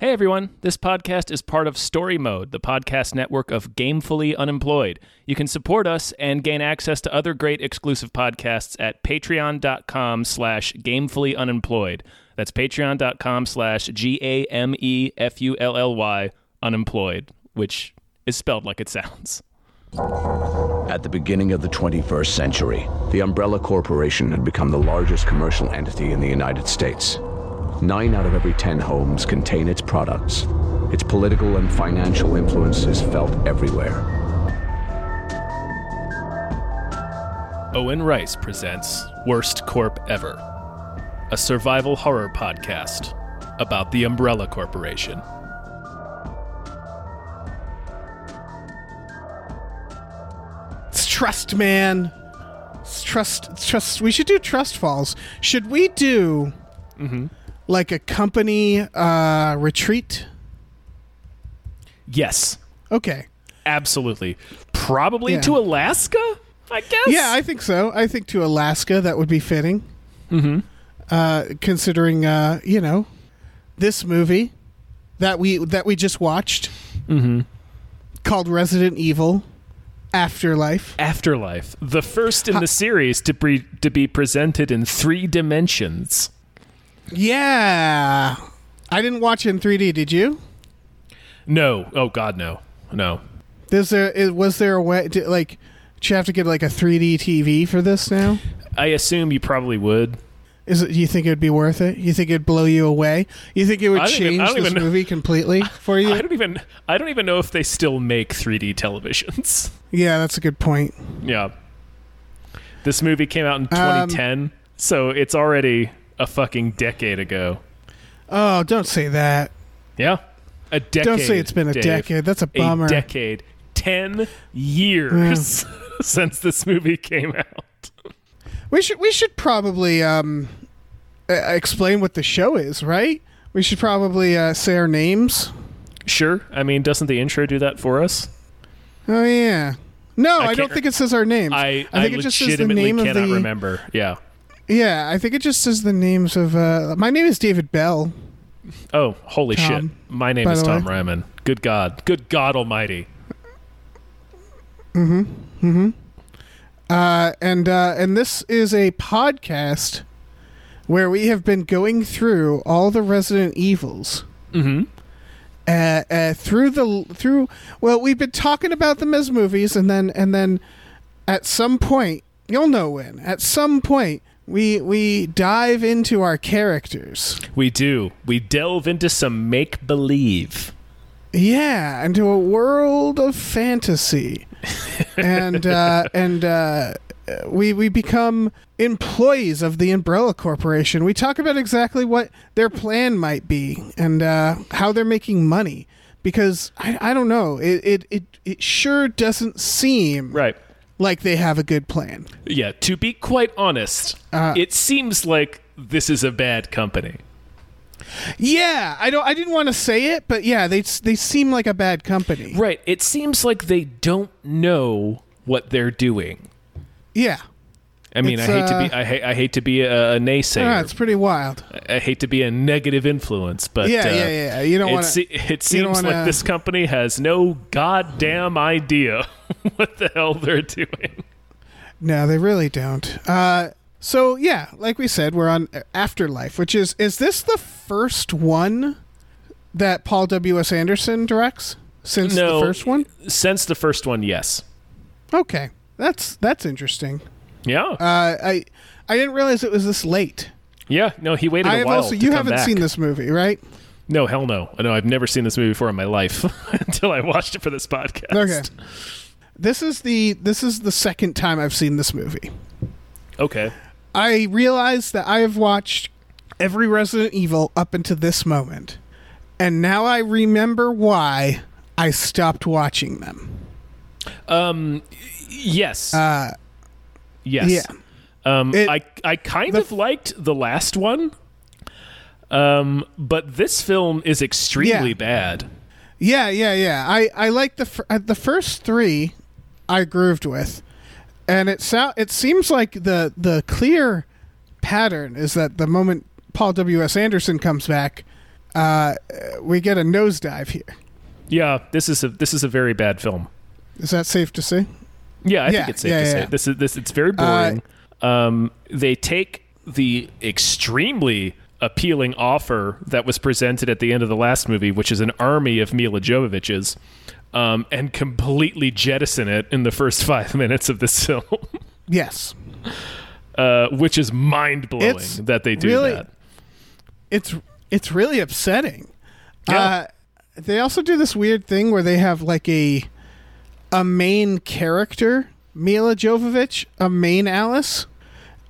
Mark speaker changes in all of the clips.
Speaker 1: Hey everyone, this podcast is part of Story Mode, the podcast network of Gamefully Unemployed. You can support us and gain access to other great exclusive podcasts at patreon.com slash gamefully unemployed. That's patreon.com slash G A M E F U L L Y unemployed, which is spelled like it sounds.
Speaker 2: At the beginning of the 21st century, the Umbrella Corporation had become the largest commercial entity in the United States. Nine out of every ten homes contain its products. Its political and financial influence is felt everywhere.
Speaker 1: Owen Rice presents Worst Corp Ever, a survival horror podcast about the Umbrella Corporation.
Speaker 3: It's trust, man. It's trust. It's trust. We should do trust falls. Should we do like a company uh, retreat?
Speaker 1: Yes,
Speaker 3: Okay.
Speaker 1: absolutely. Probably
Speaker 3: Yeah.
Speaker 1: to Alaska, I guess.
Speaker 3: Yeah, I think so. I think to Alaska that would be fitting. Mm-hmm. Uh, considering uh, you know this movie that we that we just watched called Resident Evil Afterlife.
Speaker 1: Afterlife, the first in the series to be to be presented in three dimensions.
Speaker 3: Yeah. I didn't watch it in 3D. Did you?
Speaker 1: No, oh god, no, no.
Speaker 3: Is there is, was there a way to, like? Do you have to get like a 3D TV for this now?
Speaker 1: I assume you probably would.
Speaker 3: Is it? You think it would be worth it? You think it'd blow you away? You think it would
Speaker 1: I don't even-
Speaker 3: change
Speaker 1: I don't
Speaker 3: this
Speaker 1: even know.
Speaker 3: movie completely for
Speaker 1: I
Speaker 3: you?
Speaker 1: don't even I don't even know if they still make 3D televisions.
Speaker 3: Yeah, that's a good point.
Speaker 1: yeah. This movie came
Speaker 3: Um,
Speaker 1: out in 2010, so it's already a fucking decade ago.
Speaker 3: Oh, don't say that.
Speaker 1: Yeah. A decade.
Speaker 3: Don't say it's been a
Speaker 1: Dave.
Speaker 3: decade. That's a bummer.
Speaker 1: A decade. 10 years since this movie came out.
Speaker 3: We should we should probably um, e- explain what the show is, right? We should probably uh, say our names.
Speaker 1: Sure. I mean, doesn't the intro do that for us?
Speaker 3: Oh yeah. No, I,
Speaker 1: can't
Speaker 3: don't
Speaker 1: re-
Speaker 3: think it says our names.
Speaker 1: I,
Speaker 3: think
Speaker 1: I
Speaker 3: it just says the
Speaker 1: legitimately
Speaker 3: name
Speaker 1: cannot
Speaker 3: of the.
Speaker 1: remember. Yeah.
Speaker 3: Yeah, I think it just says the names of. Uh, my name is David Bell.
Speaker 1: Oh, holy shit.
Speaker 3: Tom,
Speaker 1: My name
Speaker 3: by
Speaker 1: is
Speaker 3: the
Speaker 1: Tom
Speaker 3: way.
Speaker 1: Ryman. Good God. Good God almighty.
Speaker 3: Uh, and uh, and this is a podcast where we have been going through all the Resident Evils. Mm-hmm. Uh, uh, through the through, well, we've been talking about them as movies, and then and then at some point, you'll know when. At some point, we we dive into our characters.
Speaker 1: We do. We delve into some make believe.
Speaker 3: Yeah, into a world of fantasy, and uh, and uh, we we become employees of the Umbrella Corporation. We talk about exactly what their plan might be and uh, how they're making money, because I, I don't know. It, it it it sure doesn't seem
Speaker 1: Right.
Speaker 3: like they have a good plan.
Speaker 1: Yeah. To be quite honest,
Speaker 3: Uh,
Speaker 1: it seems like this is a bad company.
Speaker 3: Yeah, I don't. I didn't want to say it, but yeah, they s- they seem like a bad company.
Speaker 1: Right. It seems like they don't know what they're doing.
Speaker 3: Yeah,
Speaker 1: I mean,
Speaker 3: It's,
Speaker 1: I hate to
Speaker 3: uh,
Speaker 1: be I hate I hate to be a, a
Speaker 3: yeah,
Speaker 1: naysayer.
Speaker 3: Ah, it's pretty wild.
Speaker 1: I hate to be a negative influence, but
Speaker 3: Yeah,
Speaker 1: uh,
Speaker 3: yeah, yeah. You don't
Speaker 1: It,
Speaker 3: want
Speaker 1: se- it seems
Speaker 3: don't
Speaker 1: like
Speaker 3: wanna-
Speaker 1: this company has no goddamn idea what the hell they're doing.
Speaker 3: No, they really don't. Uh, so yeah, like we said, we're on Afterlife, which is is this the first one that Paul W S Anderson directs since
Speaker 1: No,
Speaker 3: the first one?
Speaker 1: Since the first one, yes.
Speaker 3: Okay, that's that's interesting.
Speaker 1: Yeah,
Speaker 3: Uh, I I didn't realize it was this late.
Speaker 1: yeah. No, he waited
Speaker 3: I
Speaker 1: a
Speaker 3: have
Speaker 1: while.
Speaker 3: also
Speaker 1: to
Speaker 3: you
Speaker 1: come
Speaker 3: haven't
Speaker 1: back.
Speaker 3: seen this movie, right?
Speaker 1: No, hell no. No, I've never seen this movie before in my life until I watched it for this podcast.
Speaker 3: Okay. This is the this is the second time I've seen this movie.
Speaker 1: Okay.
Speaker 3: I realize that I have watched every Resident Evil up until this moment, and now I remember why I stopped watching them.
Speaker 1: Yes. Uh, yes.
Speaker 3: Yeah.
Speaker 1: Um,
Speaker 3: It-
Speaker 1: I I kind
Speaker 3: the
Speaker 1: of liked the last one, um, but this film is extremely
Speaker 3: Yeah.
Speaker 1: bad.
Speaker 3: Yeah, yeah, yeah. I, I like the fir- uh, the first three, I grooved with, and it so- it seems like the the clear pattern is that the moment Paul W S Anderson comes back, uh, we get a nosedive here.
Speaker 1: Yeah, this is a this is a very bad film.
Speaker 3: Is that safe to say?
Speaker 1: Yeah, I
Speaker 3: Yeah,
Speaker 1: think it's safe
Speaker 3: yeah,
Speaker 1: to
Speaker 3: yeah,
Speaker 1: say
Speaker 3: yeah. Uh,
Speaker 1: this is this. It's very boring. um, they take the extremely appealing offer that was presented at the end of the last movie, which is an army of Mila Jovovich's, um, and completely jettison it in the first five minutes of this film,
Speaker 3: Yes.
Speaker 1: uh, which is mind blowing
Speaker 3: It's
Speaker 1: that they do
Speaker 3: really-
Speaker 1: that.
Speaker 3: It's it's really upsetting.
Speaker 1: Yeah.
Speaker 3: Uh, they also do this weird thing where they have like a a main character, Mila Jovovich, a main Alice,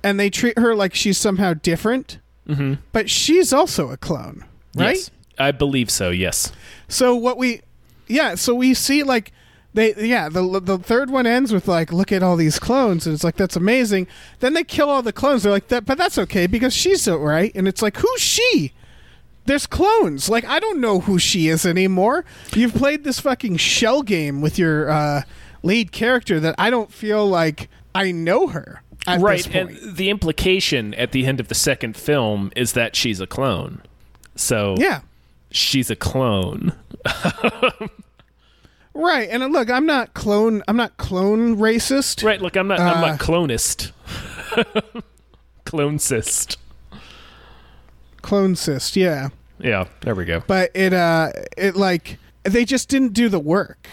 Speaker 3: and they treat her like she's somehow different. Mm-hmm. But she's also a clone, right?
Speaker 1: Yes. I believe so. Yes.
Speaker 3: So what we, yeah, so we see like they, yeah, the the third one ends with like, look at all these clones, and it's like that's amazing. Then they kill all the clones. They're like that, but that's okay because she's so right, and it's like who's she? There's clones. Like I don't know who she is anymore. You've played this fucking shell game with your uh, lead character that I don't feel like I know her at this
Speaker 1: right
Speaker 3: point.
Speaker 1: and the implication at the end of the second film is that she's a clone so
Speaker 3: yeah.
Speaker 1: she's a clone
Speaker 3: Right, and uh, look, I'm not clone. I'm not clone racist.
Speaker 1: right look i'm not i'm
Speaker 3: Uh.
Speaker 1: not clonist cloncist
Speaker 3: Clone cyst. Yeah.
Speaker 1: yeah there we go
Speaker 3: but it uh it like they just didn't do the work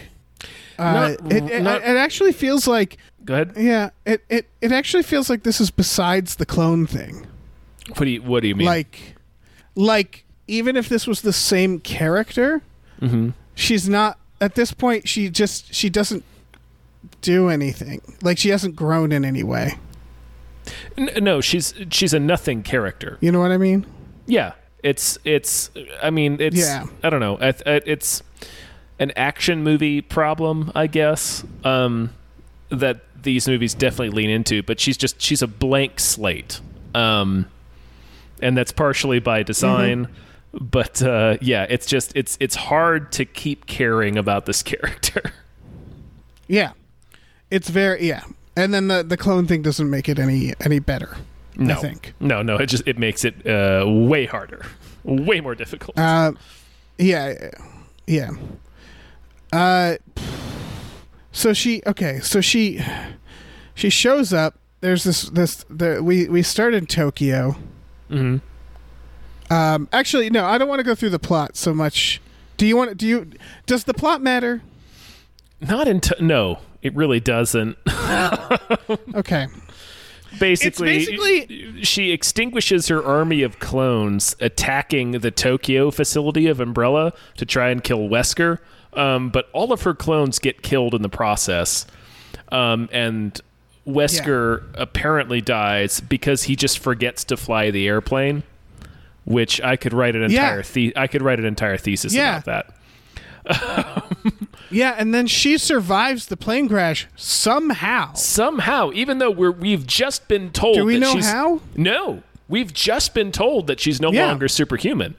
Speaker 3: uh,
Speaker 1: Not-
Speaker 3: it, it,
Speaker 1: not-
Speaker 3: it actually feels like
Speaker 1: go ahead
Speaker 3: yeah it, it it actually feels like this is besides the clone thing
Speaker 1: what do you what do you mean
Speaker 3: like like even if this was the same character
Speaker 1: Mm-hmm.
Speaker 3: she's not at this point she just she doesn't do anything like she hasn't grown in any way
Speaker 1: N- no she's she's a nothing character
Speaker 3: you know what i mean
Speaker 1: yeah it's it's i mean it's
Speaker 3: Yeah.
Speaker 1: i don't know I, I, it's an action movie problem i guess um that these movies definitely lean into but she's just she's a blank slate um and that's partially
Speaker 3: Mm-hmm.
Speaker 1: by design but uh yeah it's just it's it's hard to keep caring about this character
Speaker 3: yeah it's very yeah and then the the clone thing doesn't make it any any better
Speaker 1: no
Speaker 3: i think
Speaker 1: no no it just it makes it uh way harder way more difficult
Speaker 3: Uh, yeah, yeah. Uh, so she okay. So she she shows up. There's this this the, we we start in Tokyo.
Speaker 1: Mhm.
Speaker 3: Um, actually, no, I don't want to go through the plot so much. Do you want? Do you? Does the plot matter?
Speaker 1: not in t- no it really doesn't
Speaker 3: Okay.
Speaker 1: basically,
Speaker 3: It's basically-
Speaker 1: she extinguishes her army of clones attacking the Tokyo facility of Umbrella to try and kill Wesker. Um, but all of her clones get killed in the process, um, and Wesker apparently dies because he just forgets to fly the airplane. Which I could write an
Speaker 3: Yeah.
Speaker 1: entire the- I could write an entire thesis
Speaker 3: Yeah.
Speaker 1: about that.
Speaker 3: Yeah, and then she survives the plane crash somehow.
Speaker 1: somehow, even though we're we've just been told.
Speaker 3: Do we
Speaker 1: that
Speaker 3: know
Speaker 1: she's,
Speaker 3: how?
Speaker 1: No, we've just been told that she's no
Speaker 3: Yeah.
Speaker 1: longer superhuman.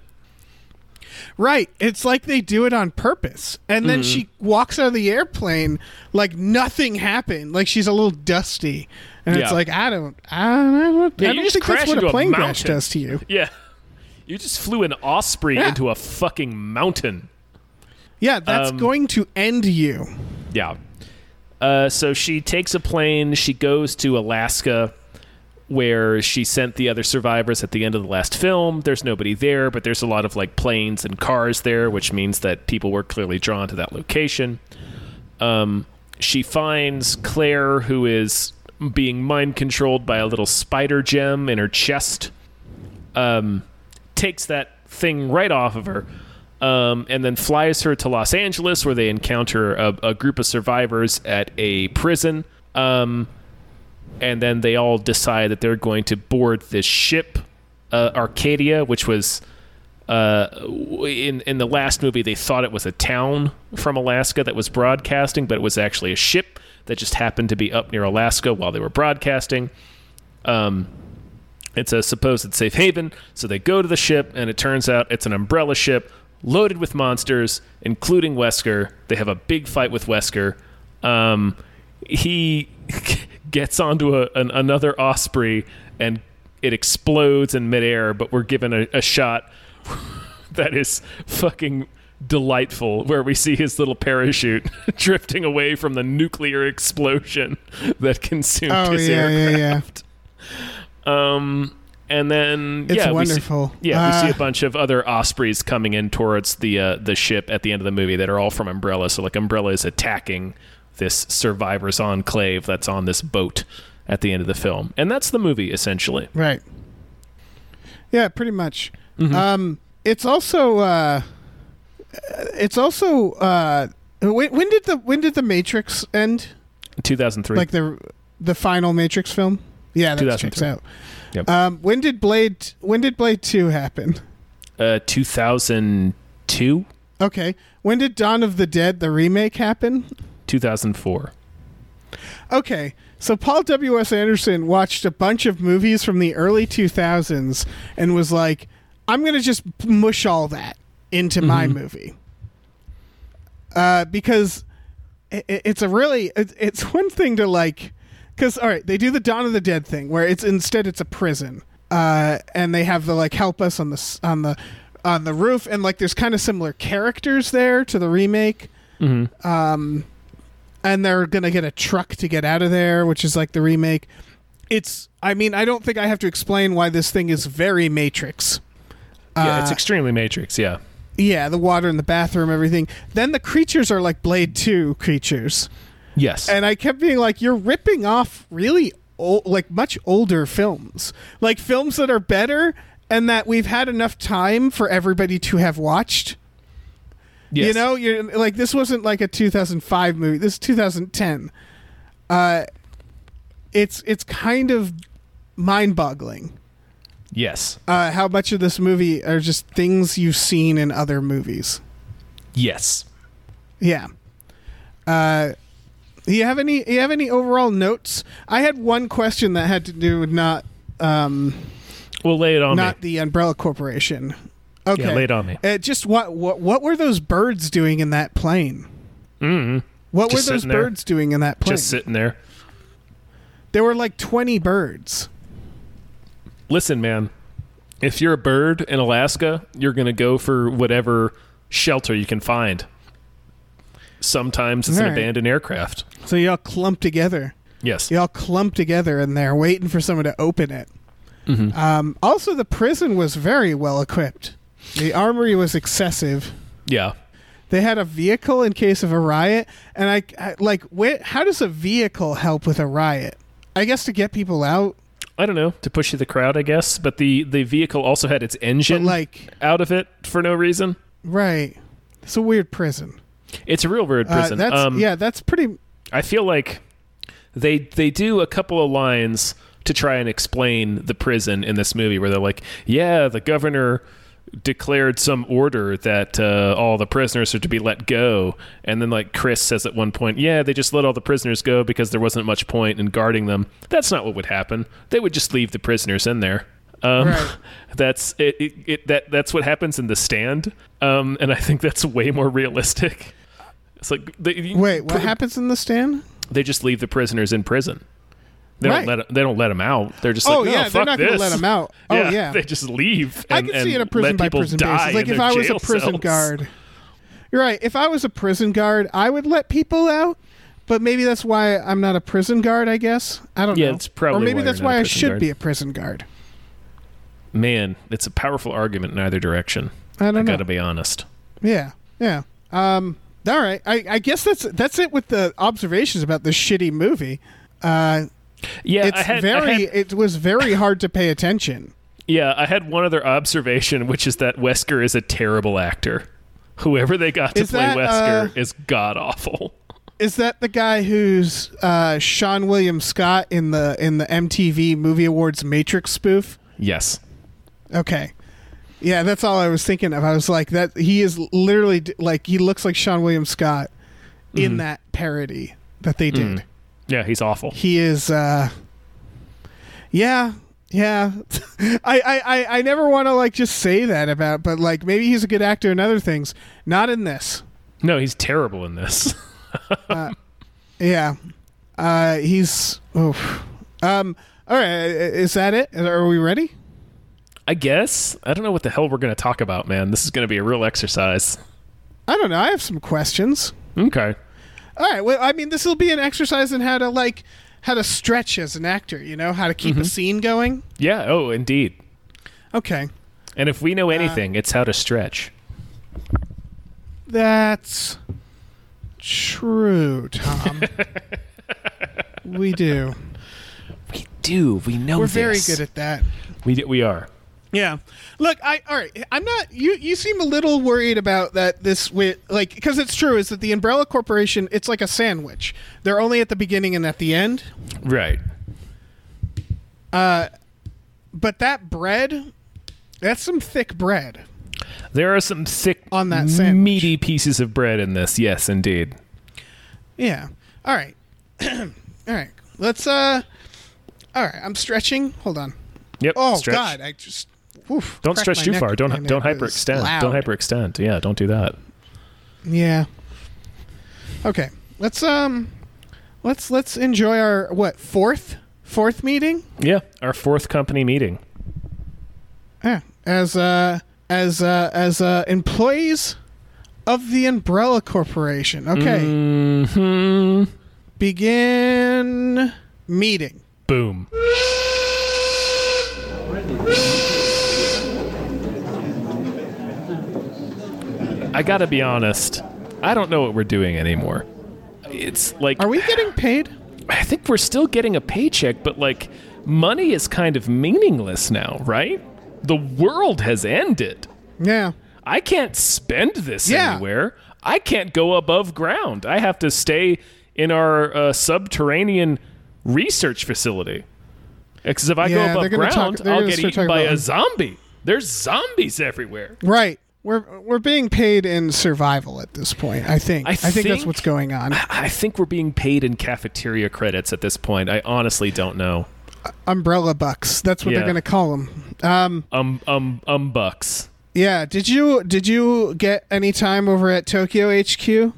Speaker 3: Right. It's like they do it on purpose. And
Speaker 1: Mm-hmm.
Speaker 3: then she walks out of the airplane like nothing happened. Like she's a little dusty. And
Speaker 1: Yeah.
Speaker 3: it's like I don't I don't know.
Speaker 1: Yeah,
Speaker 3: I
Speaker 1: you
Speaker 3: don't
Speaker 1: just
Speaker 3: think
Speaker 1: crash
Speaker 3: that's what
Speaker 1: into a
Speaker 3: a plane crash
Speaker 1: mountain.
Speaker 3: does to you.
Speaker 1: Yeah, you just flew an osprey
Speaker 3: Yeah.
Speaker 1: into a fucking mountain.
Speaker 3: Yeah, that's
Speaker 1: Um,
Speaker 3: going to end you.
Speaker 1: Yeah. Uh, so she takes a plane. She goes to Alaska, where she sent the other survivors at the end of the last film. There's nobody there, but there's a lot of like planes and cars there, which means that people were clearly drawn to that location. Um, she finds Claire, who is being mind controlled by a little spider gem in her chest. Um, takes that thing right off of her um, and then flies her to Los Angeles where they encounter a, a group of survivors at a prison. Um, and then they all decide that they're going to board this ship, uh, Arcadia, which was uh, w- in in the last movie they thought it was a town from Alaska that was broadcasting, but it was actually a ship that just happened to be up near Alaska while they were broadcasting. Um, it's a supposed safe haven, so they go to the ship, and it turns out it's an umbrella ship loaded with monsters, including Wesker. They have a big fight with Wesker. Um, he gets onto a, an, another Osprey, and it explodes in midair, but we're given a, a shot that is fucking delightful where we see his little parachute drifting away from the nuclear explosion that consumed
Speaker 3: Oh,
Speaker 1: his
Speaker 3: yeah, yeah, yeah.
Speaker 1: aircraft. Um and then
Speaker 3: It's
Speaker 1: yeah, we see-
Speaker 3: wonderful.
Speaker 1: yeah, we see
Speaker 3: Uh,
Speaker 1: a bunch of other ospreys coming in towards the uh, the ship at the end of the movie that are all from Umbrella. So like Umbrella is attacking this survivors enclave that's on this boat at the end of the film. And that's the movie essentially.
Speaker 3: Right. Yeah, pretty much.
Speaker 1: Mm-hmm.
Speaker 3: Um, it's also uh, it's also uh, when, when did the when did the Matrix end?
Speaker 1: 2003.
Speaker 3: Like the the final Matrix film? Yeah, that checks
Speaker 1: 2003.
Speaker 3: out.
Speaker 1: Yep.
Speaker 3: Um, when did Blade when did Blade 2 happen?
Speaker 1: uh 2002,
Speaker 3: Okay. When did Dawn of the Dead the remake happen?
Speaker 1: 2004.
Speaker 3: Okay. So Paul W.S. Anderson watched a bunch of movies from the early 2000s and was like, I'm going to just mush all that into my movie. Uh, because i i- it's a really it, it's one thing to like cuz all right, they do the Dawn of the Dead thing where it's instead it's a prison. Uh, and they have the like help us on the s- on the on the roof and like there's kind of similar characters there to the remake and they're gonna get a truck to get out of there, which is like the remake. It's, I mean, I don't think I have to explain why this thing is very Matrix.
Speaker 1: Yeah,
Speaker 3: Uh,
Speaker 1: it's extremely Matrix, yeah.
Speaker 3: Yeah, the water in the bathroom, everything. Then the creatures are like Blade Two creatures,
Speaker 1: Yes.
Speaker 3: and I kept being like, "You're ripping off really old, like much older films, like films that are better." And that we've had enough time for everybody to have watched.
Speaker 1: yes.
Speaker 3: You know, you're like this wasn't like a 2005 movie. This is 2010. Uh, it's it's kind of mind-boggling
Speaker 1: Yes.
Speaker 3: uh, how much of this movie are just things you've seen in other movies.
Speaker 1: Yes.
Speaker 3: Yeah. Uh, you have any? You have any overall notes? I had one question that had to do with not um,
Speaker 1: We'll lay it on
Speaker 3: not
Speaker 1: me.
Speaker 3: the Umbrella Corporation. Okay,
Speaker 1: lay it on me.
Speaker 3: Uh, just what what what were those birds doing in that plane?
Speaker 1: Mm,
Speaker 3: What
Speaker 1: Just
Speaker 3: were those
Speaker 1: sitting there.
Speaker 3: birds doing in that plane?
Speaker 1: just sitting there.
Speaker 3: there were like 20 birds.
Speaker 1: Listen, man. If you're a bird in Alaska, you're going to go for whatever shelter you can find. Sometimes it's an
Speaker 3: Alright.
Speaker 1: abandoned aircraft.
Speaker 3: So y'all clumped together.
Speaker 1: Yes.
Speaker 3: Y'all clumped together in there waiting for someone to open it.
Speaker 1: Mm-hmm.
Speaker 3: Um, also, the prison was very well equipped. The armory was excessive.
Speaker 1: Yeah.
Speaker 3: They had a vehicle in case of a riot. And I, I like, where, how does a vehicle help with a riot? I guess to get people out.
Speaker 1: I don't know, to push you the crowd, I guess, but the the vehicle also had its
Speaker 3: But,
Speaker 1: engine
Speaker 3: like,
Speaker 1: out of it for no reason.
Speaker 3: right. It's a weird prison.
Speaker 1: It's a real weird
Speaker 3: Uh,
Speaker 1: prison.
Speaker 3: that's,
Speaker 1: um,
Speaker 3: yeah, that's pretty.
Speaker 1: I feel like they they do a couple of lines to try and explain the prison in this movie where they're like, yeah, the governor declared some order that uh, all the prisoners are to be let go and then like Chris says at one point, yeah, they just let all the prisoners go because there wasn't much point in guarding them. That's not what would happen. They would just leave the prisoners in there. Um,
Speaker 3: Right.
Speaker 1: That's it, it, it. That that's what happens in the stand, um, and I think that's way more realistic. It's like they,
Speaker 3: Wait, what
Speaker 1: pr-
Speaker 3: happens in the stand?
Speaker 1: they just leave the prisoners in prison. They
Speaker 3: Right.
Speaker 1: don't let they don't let them out. They're just
Speaker 3: Oh,
Speaker 1: like, no,
Speaker 3: yeah, they're
Speaker 1: fuck
Speaker 3: not gonna
Speaker 1: this.
Speaker 3: let 'em out. Oh, yeah.
Speaker 1: they just leave.
Speaker 3: I
Speaker 1: and-
Speaker 3: can see
Speaker 1: and
Speaker 3: it a prison
Speaker 1: let
Speaker 3: by
Speaker 1: people
Speaker 3: prison
Speaker 1: die
Speaker 3: basis. Like
Speaker 1: in
Speaker 3: if
Speaker 1: their
Speaker 3: I was a
Speaker 1: jail
Speaker 3: prison
Speaker 1: cells.
Speaker 3: guard. You're right. If I was a prison guard, I would let people out. But maybe that's why I'm not a prison guard. I guess I don't
Speaker 1: Yeah,
Speaker 3: know.
Speaker 1: it's probably
Speaker 3: or maybe
Speaker 1: why you're
Speaker 3: that's
Speaker 1: not a
Speaker 3: why I
Speaker 1: prison
Speaker 3: should
Speaker 1: guard.
Speaker 3: be a prison guard.
Speaker 1: man, it's a powerful argument in either direction.
Speaker 3: I don't know.
Speaker 1: gotta be honest.
Speaker 3: Yeah, yeah. Um, all right. I, I guess that's that's it with the observations about this shitty movie. Uh,
Speaker 1: Yeah,
Speaker 3: it's
Speaker 1: I had, I
Speaker 3: very.
Speaker 1: had-
Speaker 3: it was very hard to pay attention.
Speaker 1: yeah. I had one other observation, which is that Wesker is a terrible actor. Whoever they got to
Speaker 3: Is
Speaker 1: play
Speaker 3: that,
Speaker 1: Wesker
Speaker 3: uh,
Speaker 1: is god awful.
Speaker 3: Is that the guy who's uh, Sean William Scott in the in the MTV Movie Awards Matrix spoof?
Speaker 1: Yes.
Speaker 3: Okay. Yeah, that's all I was thinking of. I was like, that he is literally d- like he looks like Sean William Scott
Speaker 1: Mm-hmm.
Speaker 3: in that parody that they did.
Speaker 1: Mm. Yeah, he's awful.
Speaker 3: He is, uh yeah, yeah. I, I, I, I never want to like just say that about, but like maybe he's a good actor in other things, not in this.
Speaker 1: No, he's terrible in this.
Speaker 3: Yeah, uh, he's. Oof. Um. All right, is that it? Are we ready?
Speaker 1: I guess I don't know what the hell we're going to talk about, man. This is going to be a real exercise.
Speaker 3: I don't know. I have some questions.
Speaker 1: Okay.
Speaker 3: All right. Well, I mean, this will be an exercise in how to like how to stretch as an actor. You know how to keep a scene going.
Speaker 1: Yeah. Oh, indeed.
Speaker 3: Okay,
Speaker 1: And if we know
Speaker 3: Uh,
Speaker 1: anything, it's how to stretch.
Speaker 3: that's true, Tom. we do.
Speaker 1: We do. We know.
Speaker 3: We're very good at that.
Speaker 1: At- we d- we are.
Speaker 3: Yeah. Look, I all right. I'm not. You you seem a little worried about that. This with like because it's true is that the Umbrella Corporation. It's like a sandwich. They're only at the beginning and at the end.
Speaker 1: Right.
Speaker 3: But that bread, that's some thick bread.
Speaker 1: There are some thick,
Speaker 3: On that sandwich.
Speaker 1: meaty pieces of bread in this. Yes, indeed.
Speaker 3: Yeah. All right. all right. Let's uh. All right. I'm stretching. Hold on.
Speaker 1: Yep.
Speaker 3: Oh
Speaker 1: stretch.
Speaker 3: God! I just. oof,
Speaker 1: Don't
Speaker 3: cracked
Speaker 1: stretch
Speaker 3: my
Speaker 1: too
Speaker 3: neck
Speaker 1: far. Don't
Speaker 3: and it
Speaker 1: don't
Speaker 3: was
Speaker 1: hyperextend. Don't
Speaker 3: loud.
Speaker 1: hyperextend. Yeah, don't do that.
Speaker 3: Yeah. Okay. Let's um let's let's enjoy our what, fourth fourth meeting?
Speaker 1: Yeah, our fourth company meeting.
Speaker 3: Yeah. As uh as uh as uh employees of the Umbrella Corporation. Okay.
Speaker 1: Mm. Hmm.
Speaker 3: Begin meeting.
Speaker 1: Boom. I gotta be honest. I don't know what we're doing anymore. It's like
Speaker 3: Are we getting paid?
Speaker 1: I think we're still getting a paycheck, but like money is kind of meaningless now, right? The world has ended.
Speaker 3: Yeah.
Speaker 1: I can't spend this
Speaker 3: Yeah.
Speaker 1: anywhere. I can't go above ground. I have to stay in our uh, subterranean research facility. Because if I
Speaker 3: Yeah,
Speaker 1: go
Speaker 3: they're
Speaker 1: above
Speaker 3: gonna talk-
Speaker 1: ground,
Speaker 3: they're
Speaker 1: I'll
Speaker 3: gonna
Speaker 1: get
Speaker 3: start
Speaker 1: eaten
Speaker 3: talking
Speaker 1: by
Speaker 3: about
Speaker 1: a
Speaker 3: it.
Speaker 1: zombie. There's zombies everywhere.
Speaker 3: Right. We're we're being paid in survival at this point, I think.
Speaker 1: I
Speaker 3: think that's
Speaker 1: think-
Speaker 3: what's going on.
Speaker 1: I think we're being paid in cafeteria credits at this point. I honestly don't know.
Speaker 3: Umbrella bucks. That's what
Speaker 1: Yeah.
Speaker 3: they're going to call them. Um
Speaker 1: Um, um, um, bucks.
Speaker 3: Yeah, did you did you get any time over at Tokyo HQ?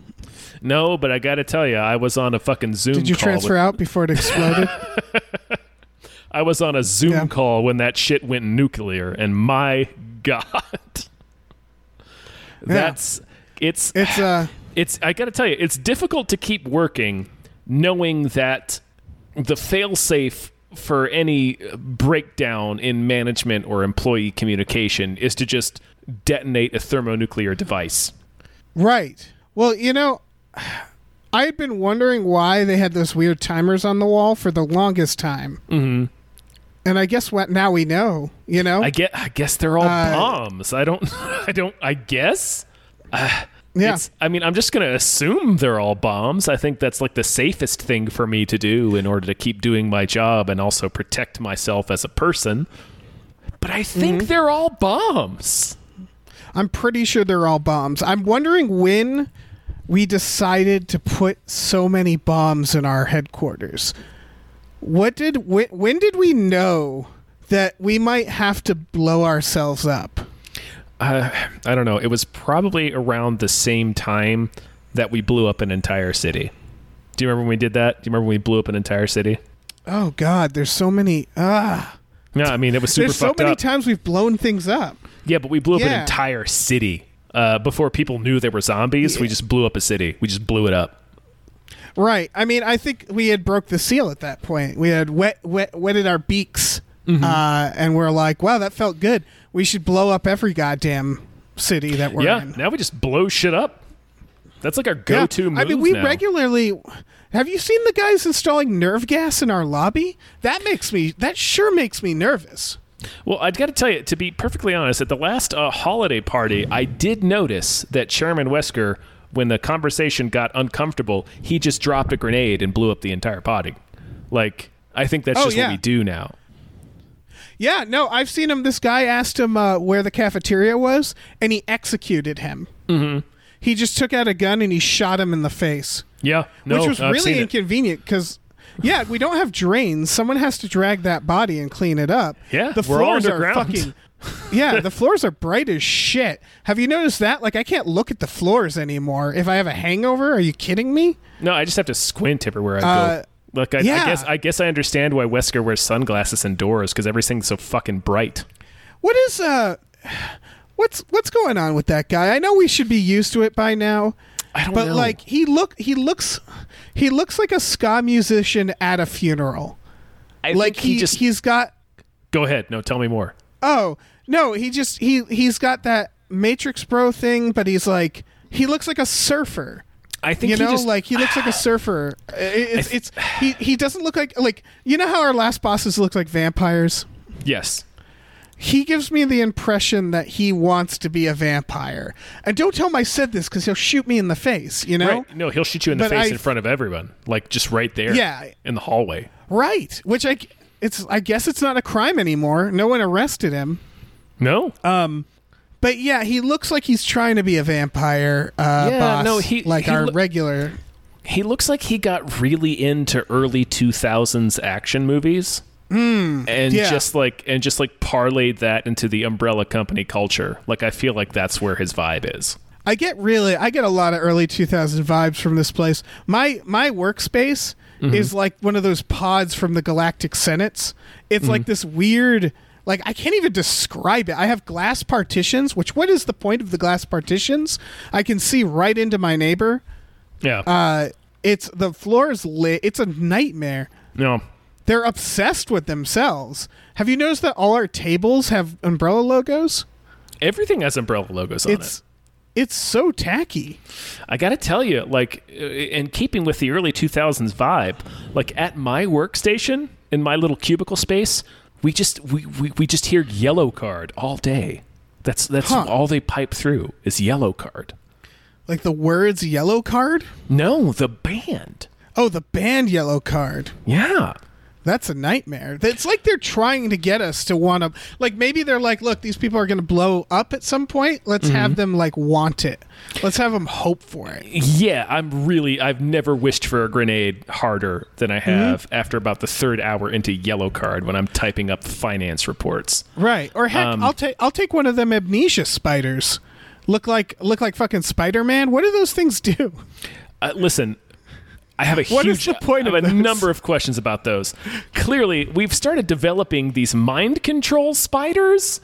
Speaker 1: No, but I got to tell you, I was on a fucking Zoom.
Speaker 3: Did you
Speaker 1: call
Speaker 3: transfer
Speaker 1: with-
Speaker 3: out before it exploded?
Speaker 1: I was on a Zoom
Speaker 3: Yeah.
Speaker 1: call when that shit went nuclear, and my god, that's it's
Speaker 3: it's uh
Speaker 1: it's I gotta tell you, it's difficult to keep working knowing that the failsafe for any breakdown in management or employee communication is to just detonate a thermonuclear device.
Speaker 3: right. Well, you know, I had been wondering why they had those weird timers on the wall for the longest time. Mm-hmm. And I guess what now we know, you know?
Speaker 1: I get I guess they're all
Speaker 3: Uh,
Speaker 1: bombs. I don't I don't I guess
Speaker 3: yeah.
Speaker 1: It's, I mean, I'm just going to assume they're all bombs. I think that's like the safest thing for me to do in order to keep doing my job and also protect myself as a person. But I think
Speaker 3: Mm-hmm.
Speaker 1: they're all bombs.
Speaker 3: I'm pretty sure they're all bombs. I'm wondering when we decided to put so many bombs in our headquarters. What did when, when did we know that we might have to blow ourselves up?
Speaker 1: Uh, I don't know. It was probably around the same time that we blew up an entire city. Do you remember when we did that? Do you remember when we blew up an entire city?
Speaker 3: Oh God, there's so many. Ah,
Speaker 1: No, I mean it was super
Speaker 3: there's so
Speaker 1: fucked
Speaker 3: many
Speaker 1: up.
Speaker 3: times we've blown things up.
Speaker 1: yeah, but we blew up an
Speaker 3: Yeah.
Speaker 1: entire city uh, before people knew there were zombies. We just blew up a city. We just blew it up.
Speaker 3: Right. I mean, I think we had broke the seal at that point. We had wet, wet, wetted our beaks,
Speaker 1: Mm-hmm.
Speaker 3: uh, and we're like, "Wow, that felt good. We should blow up every goddamn city that we're
Speaker 1: yeah,
Speaker 3: in."
Speaker 1: now we just blow shit up. That's like our
Speaker 3: Yeah.
Speaker 1: go-to move.
Speaker 3: I mean, we
Speaker 1: now.
Speaker 3: regularly. Have you seen the guys installing nerve gas in our lobby? That makes me. That sure makes me nervous.
Speaker 1: Well, I've got to tell you, to be perfectly honest, at the last uh, holiday party, I did notice that Chairman Wesker, when the conversation got uncomfortable, he just dropped a grenade and blew up the entire party. Like, I think that's
Speaker 3: Oh,
Speaker 1: just
Speaker 3: yeah.
Speaker 1: what we do now.
Speaker 3: Yeah, no, I've seen him. This guy asked him uh, where the cafeteria was, and he executed him. Mm-hmm. He just took out a gun and he shot him in the face,
Speaker 1: Yeah, no,
Speaker 3: which was
Speaker 1: I've seen
Speaker 3: really
Speaker 1: it.
Speaker 3: inconvenient because. Yeah, we don't have drains. Someone has to drag that body and clean it up.
Speaker 1: Yeah,
Speaker 3: the
Speaker 1: we're all
Speaker 3: floors are
Speaker 1: underground.
Speaker 3: fucking. Yeah, the floors are bright as shit. Have you noticed that? Like, I can't look at the floors anymore. If I have a hangover, are you kidding me?
Speaker 1: No, I just have to squint everywhere I
Speaker 3: Uh,
Speaker 1: go. Look, I, I
Speaker 3: yeah.
Speaker 1: guess I guess I understand why Wesker wears sunglasses indoors because everything's so fucking bright.
Speaker 3: What is uh what's what's going on with that guy? I know we should be used to it by now.
Speaker 1: I don't
Speaker 3: but
Speaker 1: know.
Speaker 3: like he look he looks he looks like a ska musician at a funeral.
Speaker 1: I
Speaker 3: like
Speaker 1: think he,
Speaker 3: he
Speaker 1: just
Speaker 3: he's got
Speaker 1: go ahead. No, tell me more.
Speaker 3: Oh, no, he just he he's got that Matrix Bro thing, but he's like he looks like a surfer.
Speaker 1: I think
Speaker 3: You
Speaker 1: he
Speaker 3: know,
Speaker 1: just,
Speaker 3: like he looks like a surfer. I- It's, it's he he doesn't look like like you know how our last bosses look like vampires.
Speaker 1: yes.
Speaker 3: He gives me the impression that he wants to be a vampire. And don't tell him I said this because he'll shoot me in the face. You know,
Speaker 1: Right. No, he'll shoot you in the
Speaker 3: But
Speaker 1: face
Speaker 3: I-
Speaker 1: in front of everyone, like just right there.
Speaker 3: Yeah.
Speaker 1: In the hallway.
Speaker 3: Right. Which I it's I guess it's not a crime anymore. No one arrested him.
Speaker 1: No.
Speaker 3: Uh, But yeah, he looks like he's trying to be a vampire uh,
Speaker 1: Yeah,
Speaker 3: boss,
Speaker 1: no, he-
Speaker 3: like
Speaker 1: he
Speaker 3: our
Speaker 1: loo-
Speaker 3: regular.
Speaker 1: he looks like he got really into early 2000s action movies. and
Speaker 3: Hmm. yeah.
Speaker 1: just like and just like parlayed that into the umbrella company culture. Like I feel like that's where his vibe is.
Speaker 3: I get really, I get a lot of early 2000 vibes from this place. My my workspace
Speaker 1: Mm-hmm.
Speaker 3: is like one of those pods from the Galactic Senates. It's
Speaker 1: Mm-hmm.
Speaker 3: like this weird, like I can't even describe it. I have glass partitions. Which what is the point of the glass partitions? I can see right into my neighbor.
Speaker 1: Yeah.
Speaker 3: Uh, it's the floor is lit. It's a nightmare.
Speaker 1: no.
Speaker 3: They're obsessed with themselves. Have you noticed that all our tables have umbrella logos?
Speaker 1: Everything has umbrella logos on it.
Speaker 3: It's it's so tacky.
Speaker 1: I got to tell you, like, uh, in keeping with the early 2000s vibe, like at my workstation in my little cubicle space, we just we, we, we just hear yellow card all day. That's that's
Speaker 3: Huh.
Speaker 1: all they pipe through is yellow card.
Speaker 3: Like the words yellow card?
Speaker 1: No, the band.
Speaker 3: Oh, the band yellow card.
Speaker 1: Yeah.
Speaker 3: That's a nightmare. It's like they're trying to get us to want to like maybe they're like, look, these people are going to blow up at some point. Let's have them like want it. Let's have them hope for it.
Speaker 1: Yeah, I'm really I've never wished for a grenade harder than I have after about the third hour into yellow card when I'm typing up finance reports.
Speaker 3: Right. Or heck, I'll take I'll take one of them amnesia spiders. Look like look like fucking Spider-Man. What do those things do?
Speaker 1: Uh, listen, I have a
Speaker 3: What is
Speaker 1: huge
Speaker 3: the point
Speaker 1: I have
Speaker 3: of
Speaker 1: a
Speaker 3: this?
Speaker 1: number of questions about those. Clearly, we've started developing these mind control spiders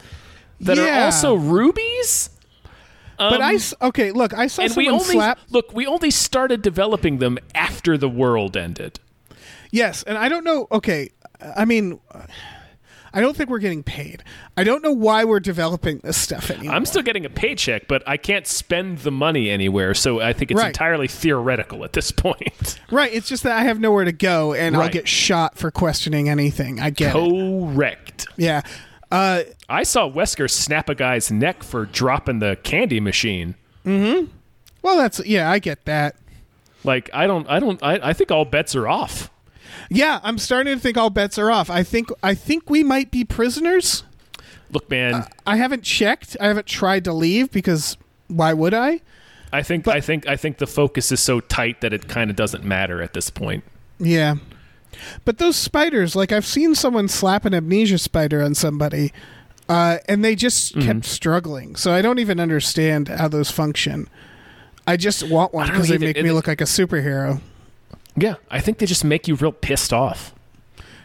Speaker 1: that are
Speaker 3: Yeah.
Speaker 1: also rubies.
Speaker 3: but I s- okay, look, I saw
Speaker 1: Um, And we
Speaker 3: someone
Speaker 1: only
Speaker 3: slap
Speaker 1: look, we only started developing them after the world ended.
Speaker 3: Yes, and I don't know. Okay, I mean, I don't think we're getting paid. I don't know why we're developing this stuff anymore.
Speaker 1: I'm still getting a paycheck, but I can't spend the money anywhere, so I think it's
Speaker 3: Right.
Speaker 1: entirely theoretical at this point.
Speaker 3: right. It's just that I have nowhere to go, and I'll
Speaker 1: Right.
Speaker 3: get shot for questioning anything. I get it.
Speaker 1: Correct.
Speaker 3: Yeah. Uh,
Speaker 1: I saw Wesker snap a guy's neck for dropping the candy machine.
Speaker 3: well, that's yeah. I get that.
Speaker 1: Like I don't, I don't, I, I think all bets are off.
Speaker 3: Yeah, I'm starting to think all bets are off. I think I think we might be prisoners.
Speaker 1: Look, man,
Speaker 3: I haven't checked. I haven't tried to leave because why would I?
Speaker 1: I think, I think, I think the focus is so tight that it kind of doesn't matter at this point.
Speaker 3: Yeah. But those spiders, like I've seen someone slap an amnesia spider on somebody, uh, and they just
Speaker 1: Mm-hmm.
Speaker 3: kept struggling. So I don't even understand how those function. I just want one
Speaker 1: don't know
Speaker 3: because they
Speaker 1: either.
Speaker 3: make
Speaker 1: It-
Speaker 3: me look like a superhero.
Speaker 1: Yeah, I think they just make you real pissed off,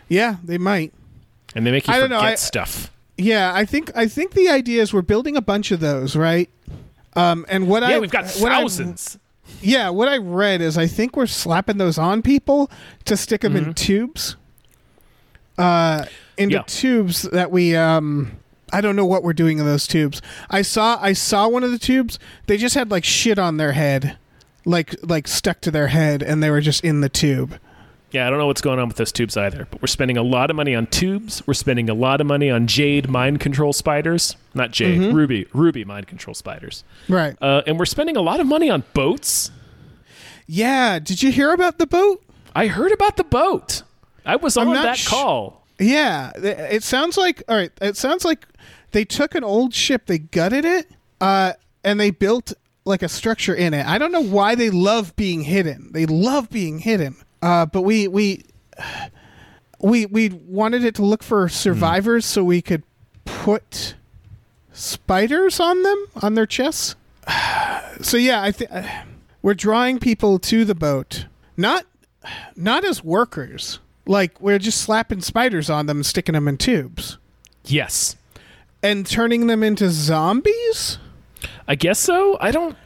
Speaker 3: Yeah, they might.
Speaker 1: and they make you
Speaker 3: I don't
Speaker 1: forget
Speaker 3: know, I-
Speaker 1: stuff.
Speaker 3: Yeah, I think I think the idea is we're building a bunch of those, right? Um, and what I
Speaker 1: yeah, we've got
Speaker 3: what I-
Speaker 1: thousands.
Speaker 3: yeah, what I read is I think we're slapping those on people to stick them in tubes. Uh, into
Speaker 1: Yeah.
Speaker 3: tubes that we um, I don't know what we're doing in those tubes. I saw I saw one of the tubes. They just had like shit on their head, like like stuck to their head, and they were just in the tube.
Speaker 1: Yeah, I don't know what's going on with those tubes either, but we're spending a lot of money on tubes. We're spending a lot of money on jade mind control spiders. Not jade,
Speaker 3: Mm-hmm.
Speaker 1: ruby, ruby mind control spiders.
Speaker 3: Right.
Speaker 1: Uh, and we're spending a lot of money on boats.
Speaker 3: yeah. Did you hear about the boat?
Speaker 1: I heard about the boat. I was on
Speaker 3: not
Speaker 1: that
Speaker 3: sh-
Speaker 1: call.
Speaker 3: Yeah, th- it sounds like all right. It sounds like they took an old ship, they gutted it, uh, and they built like a structure in it. I don't know why they love being hidden. They love being hidden. Uh, but we we we we wanted it to look for survivors so we could put spiders on them on their chests. so yeah, I think we're drawing people to the boat, not not as workers. Like we're just slapping spiders on them and sticking them in tubes.
Speaker 1: Yes.
Speaker 3: and turning them into zombies?
Speaker 1: I guess so. I don't.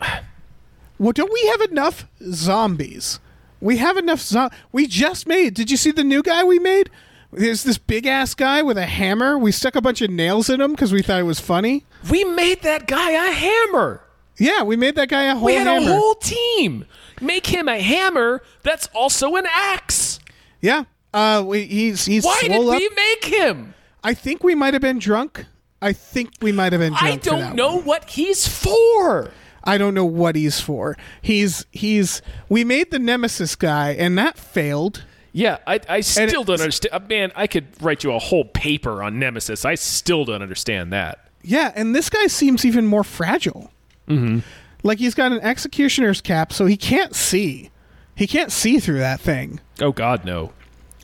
Speaker 3: Well, don't we have enough zombies? We have enough zo- We just made. Did you see the new guy we made? There's this big ass guy with a hammer. We stuck a bunch of nails in him because we thought it was funny.
Speaker 1: We made that guy a hammer.
Speaker 3: Yeah, we made that guy a whole
Speaker 1: We had
Speaker 3: hammer.
Speaker 1: a whole team. Make him a hammer. That's also an axe.
Speaker 3: yeah, uh, we, he's he's
Speaker 1: Why did
Speaker 3: swole up.
Speaker 1: we make him?
Speaker 3: I think we might have been drunk. I think we might have been. Drunk
Speaker 1: I
Speaker 3: for that
Speaker 1: don't know
Speaker 3: one.
Speaker 1: what he's for.
Speaker 3: I don't know what he's for. He's he's. We made the nemesis guy, and that failed.
Speaker 1: Yeah, I, I still
Speaker 3: it-
Speaker 1: don't understand. uh, Man, I could write you a whole paper on Nemesis. I still don't understand that.
Speaker 3: Yeah, and this guy seems even more fragile. Mm-hmm. Like he's got an executioner's cap, so he can't see. He can't see through that thing.
Speaker 1: Oh God, no.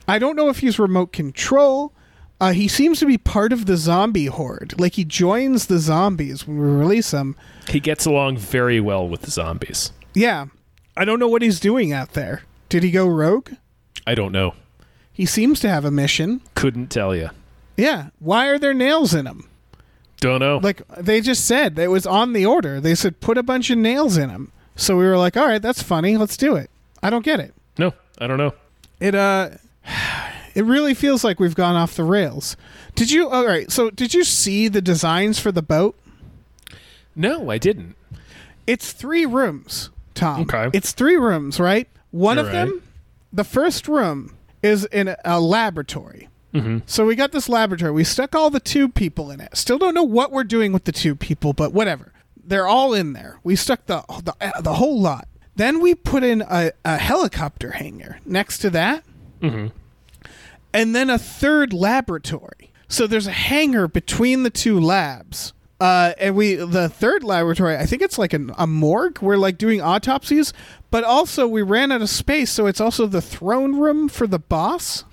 Speaker 3: I don't know if he's remote control. Uh, he seems to be part of the zombie horde. Like he joins the zombies when we release them.
Speaker 1: He gets along very well with the zombies.
Speaker 3: Yeah, I don't know what he's doing out there. Did he go rogue?
Speaker 1: I don't know.
Speaker 3: He seems to have a mission.
Speaker 1: Couldn't tell you.
Speaker 3: Yeah. Why are there nails in him?
Speaker 1: Don't know.
Speaker 3: Like they just said, it was on the order. They said put a bunch of nails in him. So we were like, all right, that's funny. Let's do it. I don't get it.
Speaker 1: no, I don't know.
Speaker 3: It uh, it really feels like we've gone off the rails. Did you? All right. So did you see the designs for the boat?
Speaker 1: No, I didn't.
Speaker 3: It's three rooms, Tom.
Speaker 1: Okay.
Speaker 3: It's three rooms, right? One
Speaker 1: You're
Speaker 3: of
Speaker 1: right.
Speaker 3: them, the first room, is in a, a laboratory.
Speaker 1: Mm-hmm.
Speaker 3: So we got this laboratory. We stuck all the tube people in it. Still don't know what we're doing with the tube people, but whatever. They're all in there. We stuck the the, the whole lot. Then we put in a, a helicopter hangar next to that, and then a third laboratory. So there's a hangar between the two labs. Uh, and we the third laboratory, I think it's like an, a morgue. We're like doing autopsies, but also we ran out of space, so it's also the throne room for the boss.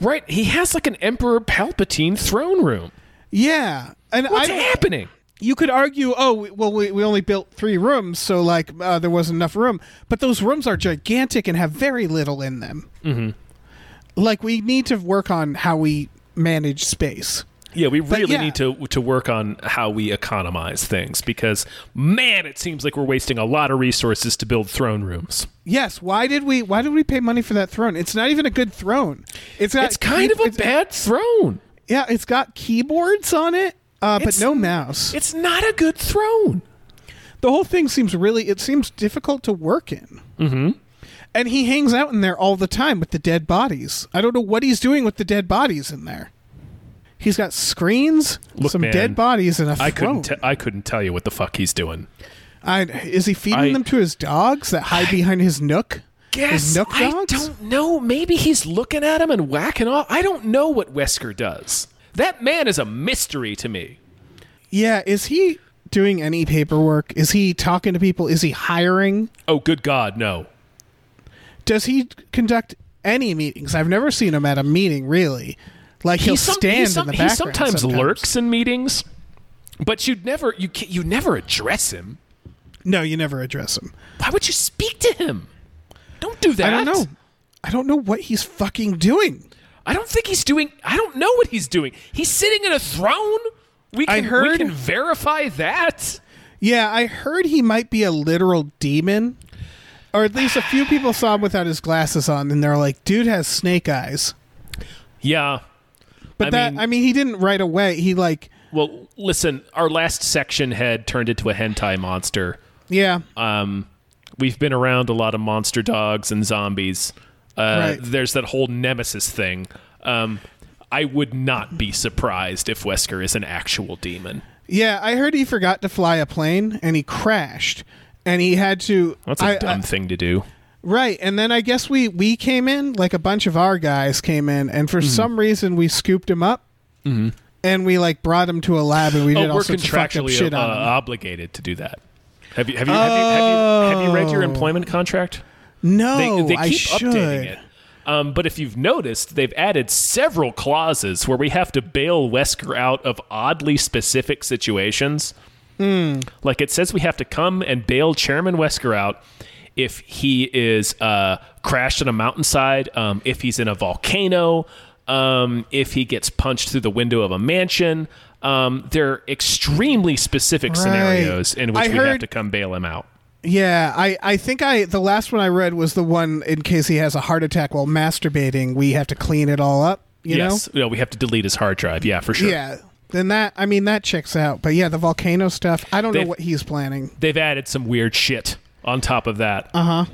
Speaker 1: Right, he has like an Emperor Palpatine throne room.
Speaker 3: Yeah, and
Speaker 1: What's
Speaker 3: I,
Speaker 1: happening?
Speaker 3: you could argue, oh, we- well, we, we only built three rooms, so like uh, there wasn't enough room. But those rooms are gigantic and have very little in them. Mm-hmm. Like we need to work on how we manage space.
Speaker 1: Yeah, we really
Speaker 3: yeah.
Speaker 1: need to to work on how we economize things because man, it seems like we're wasting a lot of resources to build throne rooms.
Speaker 3: Yes. Why did we? Why did we pay money for that throne? It's not even a good throne. It's got
Speaker 1: It's kind of a
Speaker 3: it's-
Speaker 1: bad throne.
Speaker 3: Yeah, it's got keyboards on it, uh, but
Speaker 1: It's-
Speaker 3: no mouse.
Speaker 1: It's not a good throne.
Speaker 3: the whole thing seems really it seems difficult to work in mm-hmm. and he hangs out in there all the time with the dead bodies i don't know what he's doing with the dead bodies in there he's got screens
Speaker 1: Look,
Speaker 3: some
Speaker 1: man,
Speaker 3: dead bodies and a
Speaker 1: I
Speaker 3: throne
Speaker 1: couldn't t- I couldn't tell you what the fuck he's doing.
Speaker 3: I, is he feeding
Speaker 1: I-
Speaker 3: them to his dogs that hide behind his nook his nook
Speaker 1: I
Speaker 3: dogs
Speaker 1: don't know. Maybe he's looking at him and whacking off. I don't know what Wesker does. That man is a mystery to me.
Speaker 3: yeah is he doing any paperwork is he talking to people is he hiring
Speaker 1: Oh, good God, no.
Speaker 3: does he conduct any meetings i've never seen him at a meeting really like he'll
Speaker 1: some-
Speaker 3: stand
Speaker 1: some-
Speaker 3: in the background
Speaker 1: He sometimes, lurks in meetings, but you'd never you ca you never address him.
Speaker 3: No, you never address him.
Speaker 1: Why would you speak to him? Don't do that.
Speaker 3: I don't know. I don't know what he's fucking doing.
Speaker 1: I don't think he's doing. I don't know what he's doing. He's sitting in a throne. We can,
Speaker 3: I
Speaker 1: we
Speaker 3: heard-
Speaker 1: can verify that.
Speaker 3: Yeah, I heard he might be a literal demon. Or at least a few people saw him without his glasses on and they're like, dude has snake eyes.
Speaker 1: Yeah.
Speaker 3: But
Speaker 1: I
Speaker 3: that
Speaker 1: mean-
Speaker 3: I mean he didn't right away. He like
Speaker 1: Well, listen. Our last section head turned into a hentai monster.
Speaker 3: yeah.
Speaker 1: Um, we've been around a lot of monster dogs and zombies. Uh,
Speaker 3: Right.
Speaker 1: There's that whole nemesis thing. Um, I would not be surprised if Wesker is an actual demon.
Speaker 3: yeah, I heard he forgot to fly a plane and he crashed. And he had to
Speaker 1: That's a
Speaker 3: I-
Speaker 1: dumb
Speaker 3: I-
Speaker 1: thing to do.
Speaker 3: Right, and then I guess we we came in like a bunch of our guys came in, and
Speaker 1: Mm-hmm.
Speaker 3: for some reason we scooped him up, and we like brought him to a lab, and we did
Speaker 1: Oh,
Speaker 3: all
Speaker 1: we're
Speaker 3: sorts of fucked up
Speaker 1: contractually
Speaker 3: shit
Speaker 1: uh,
Speaker 3: on him.
Speaker 1: obligated to do that. Have you have you, have you, have you, have you read
Speaker 3: Oh.
Speaker 1: your employment contract?
Speaker 3: No,
Speaker 1: they, they
Speaker 3: Oh, I
Speaker 1: keep
Speaker 3: should.
Speaker 1: updating it. Um, but if you've noticed, they've added several clauses where we have to bail Wesker out of oddly specific situations.
Speaker 3: Hmm.
Speaker 1: Like it says we have to come and bail Chairman Wesker out if he is uh, crashed on a mountainside, um, if he's in a volcano, um, if he gets punched through the window of a mansion, Um, they're extremely specific scenarios in which
Speaker 3: I
Speaker 1: we have
Speaker 3: heard-
Speaker 1: to come bail him out.
Speaker 3: Yeah, I, I think I the last one I read was the one in case he has a heart attack while masturbating, we have to clean it all up. You
Speaker 1: yes, no, we have to delete his hard drive. Yeah, for
Speaker 3: know?
Speaker 1: sure.
Speaker 3: Yeah. Then that I mean that checks out. But yeah, the volcano stuff, I don't
Speaker 1: They've-
Speaker 3: know what he's planning.
Speaker 1: They've added some weird shit on top of that. Uh-huh.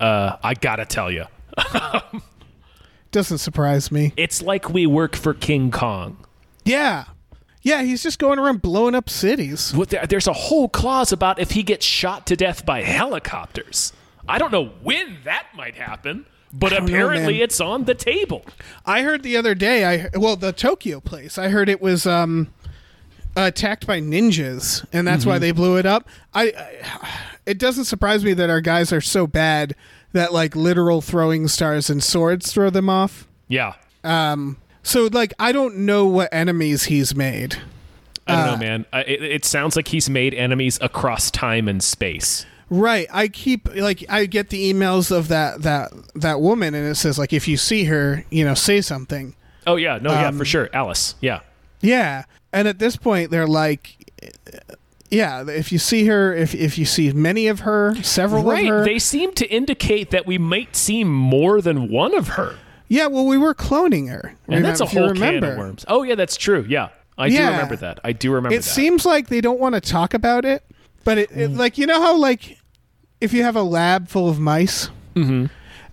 Speaker 1: I gotta tell you,
Speaker 3: Doesn't surprise me.
Speaker 1: it's like we work for King Kong.
Speaker 3: Yeah. Yeah, he's just going around blowing up cities.
Speaker 1: What there, there's a whole clause about if he gets shot to death by helicopters. I don't know when that might happen, but
Speaker 3: don't know,
Speaker 1: apparently
Speaker 3: man.
Speaker 1: it's on the table.
Speaker 3: I heard the other day I well, the Tokyo place, I heard it was um attacked by ninjas and that's why they blew it up. I, I it doesn't surprise me that our guys are so bad that like literal throwing stars and swords throw them off.
Speaker 1: Yeah,
Speaker 3: So like I don't know what enemies he's made.
Speaker 1: I don't
Speaker 3: Uh,
Speaker 1: know, man. I, it, it sounds like he's made enemies across time and space.
Speaker 3: Right. I keep like I get the emails of that that that woman and it says like if you see her, you know, say something.
Speaker 1: Oh yeah, no,
Speaker 3: Um,
Speaker 1: yeah, for sure, Alice. Yeah,
Speaker 3: Yeah, and at this point, they're like, yeah, if you see her, if if you see many of her, several of her,
Speaker 1: They seem to indicate that we might see more than one of her,
Speaker 3: yeah. Well, we were cloning her,
Speaker 1: and that's a
Speaker 3: Remem- if you
Speaker 1: whole can
Speaker 3: remember.
Speaker 1: of worms. Oh yeah, that's true. Yeah, I do
Speaker 3: Yeah.
Speaker 1: remember that. I do remember
Speaker 3: It
Speaker 1: that.
Speaker 3: seems like they don't want to talk about it, but it,
Speaker 1: Mm.
Speaker 3: it like you know how like if you have a lab full of mice.
Speaker 1: Mm-hmm.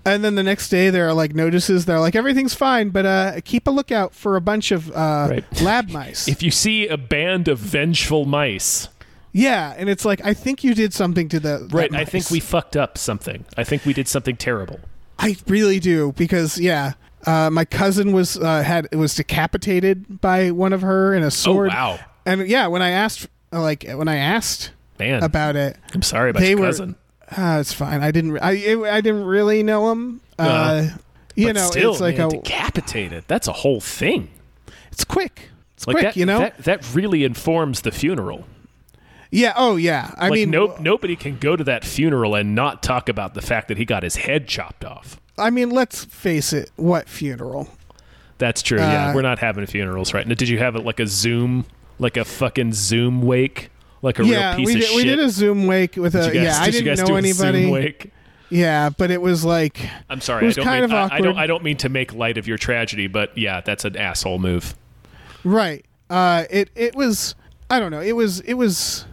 Speaker 3: And then the next day, there are like notices. They're like, everything's fine, but uh, keep a lookout for a bunch of uh,
Speaker 1: Right.
Speaker 3: lab mice.
Speaker 1: if you see a band of vengeful mice,
Speaker 3: yeah, and it's like, I think you did something to the that
Speaker 1: right? I think
Speaker 3: mice."
Speaker 1: we fucked up something. I think we did something terrible.
Speaker 3: I really do because yeah, uh, my cousin was uh, had was decapitated by one of her in a sword.
Speaker 1: Oh, wow.
Speaker 3: And yeah, when I asked like when I asked
Speaker 1: Man,
Speaker 3: about it,
Speaker 1: I'm sorry about
Speaker 3: they
Speaker 1: your
Speaker 3: were-
Speaker 1: cousin.
Speaker 3: uh, it's fine. I didn't re- I it- I didn't really know him. Uh,
Speaker 1: Uh-huh.
Speaker 3: you
Speaker 1: But
Speaker 3: know,
Speaker 1: still,
Speaker 3: it's like
Speaker 1: man,
Speaker 3: a
Speaker 1: decapitated. That's a whole thing.
Speaker 3: it's quick. It's
Speaker 1: Like
Speaker 3: quick,
Speaker 1: that,
Speaker 3: you know.
Speaker 1: that that really informs the funeral.
Speaker 3: yeah. Oh yeah. I
Speaker 1: Like
Speaker 3: mean,
Speaker 1: no, nobody can go to that funeral and not talk about the fact that he got his head chopped off.
Speaker 3: I mean, let's face it. What funeral?
Speaker 1: That's true. yeah,
Speaker 3: Uh,
Speaker 1: we're not having funerals right now. Did you have like a Zoom, like a fucking Zoom wake, like a
Speaker 3: Yeah,
Speaker 1: real piece
Speaker 3: we
Speaker 1: of
Speaker 3: did,
Speaker 1: shit?
Speaker 3: we did a Zoom wake with
Speaker 1: Did
Speaker 3: a
Speaker 1: you guys-
Speaker 3: yeah. I
Speaker 1: did you
Speaker 3: didn't
Speaker 1: guys
Speaker 3: know
Speaker 1: do a Zoom
Speaker 3: anybody.
Speaker 1: wake?
Speaker 3: Yeah, but it was like
Speaker 1: I'm sorry.
Speaker 3: It was
Speaker 1: I don't
Speaker 3: kind
Speaker 1: mean,
Speaker 3: of
Speaker 1: I- I, don't.
Speaker 3: awkward.
Speaker 1: I don't mean to make light of your tragedy, but yeah, that's an asshole move.
Speaker 3: Right. Uh, it it was I don't know. It was it was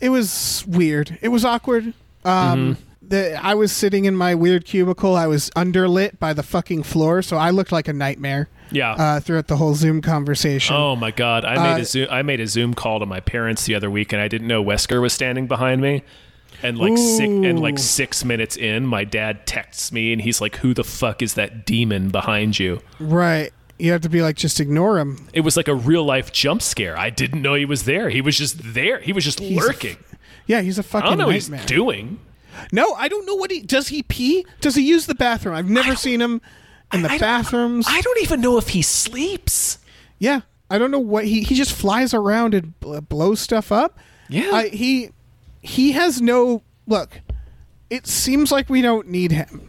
Speaker 3: it was weird. It was awkward. Um,
Speaker 1: Mm-hmm.
Speaker 3: the, I was sitting in my weird cubicle. I was underlit by the fucking floor, so I looked like a nightmare
Speaker 1: Yeah.
Speaker 3: uh, throughout the whole Zoom conversation.
Speaker 1: oh my god, I made
Speaker 3: uh,
Speaker 1: a Zoom. I made a Zoom call to my parents the other week, and I didn't know Wesker was standing behind me. And like six, and like
Speaker 3: Ooh.
Speaker 1: six minutes in, my dad texts me, and he's like, "Who the fuck is that demon behind you?"
Speaker 3: Right. You have to be like just ignore him.
Speaker 1: It was like a real life jump scare. I didn't know he was there. He was just there. He was just lurking.
Speaker 3: Yeah, he's
Speaker 1: I
Speaker 3: a fucking
Speaker 1: don't know what he's
Speaker 3: nightmare.
Speaker 1: doing.
Speaker 3: no, I don't know what he does. He pee? Does he use the bathroom? I've never seen him in the
Speaker 1: I don't-
Speaker 3: bathrooms.
Speaker 1: I don't even know if he sleeps.
Speaker 3: Yeah, I don't know what he he just flies around and bl- blows stuff up.
Speaker 1: Yeah.
Speaker 3: I, he he has no look. It seems like we don't need him.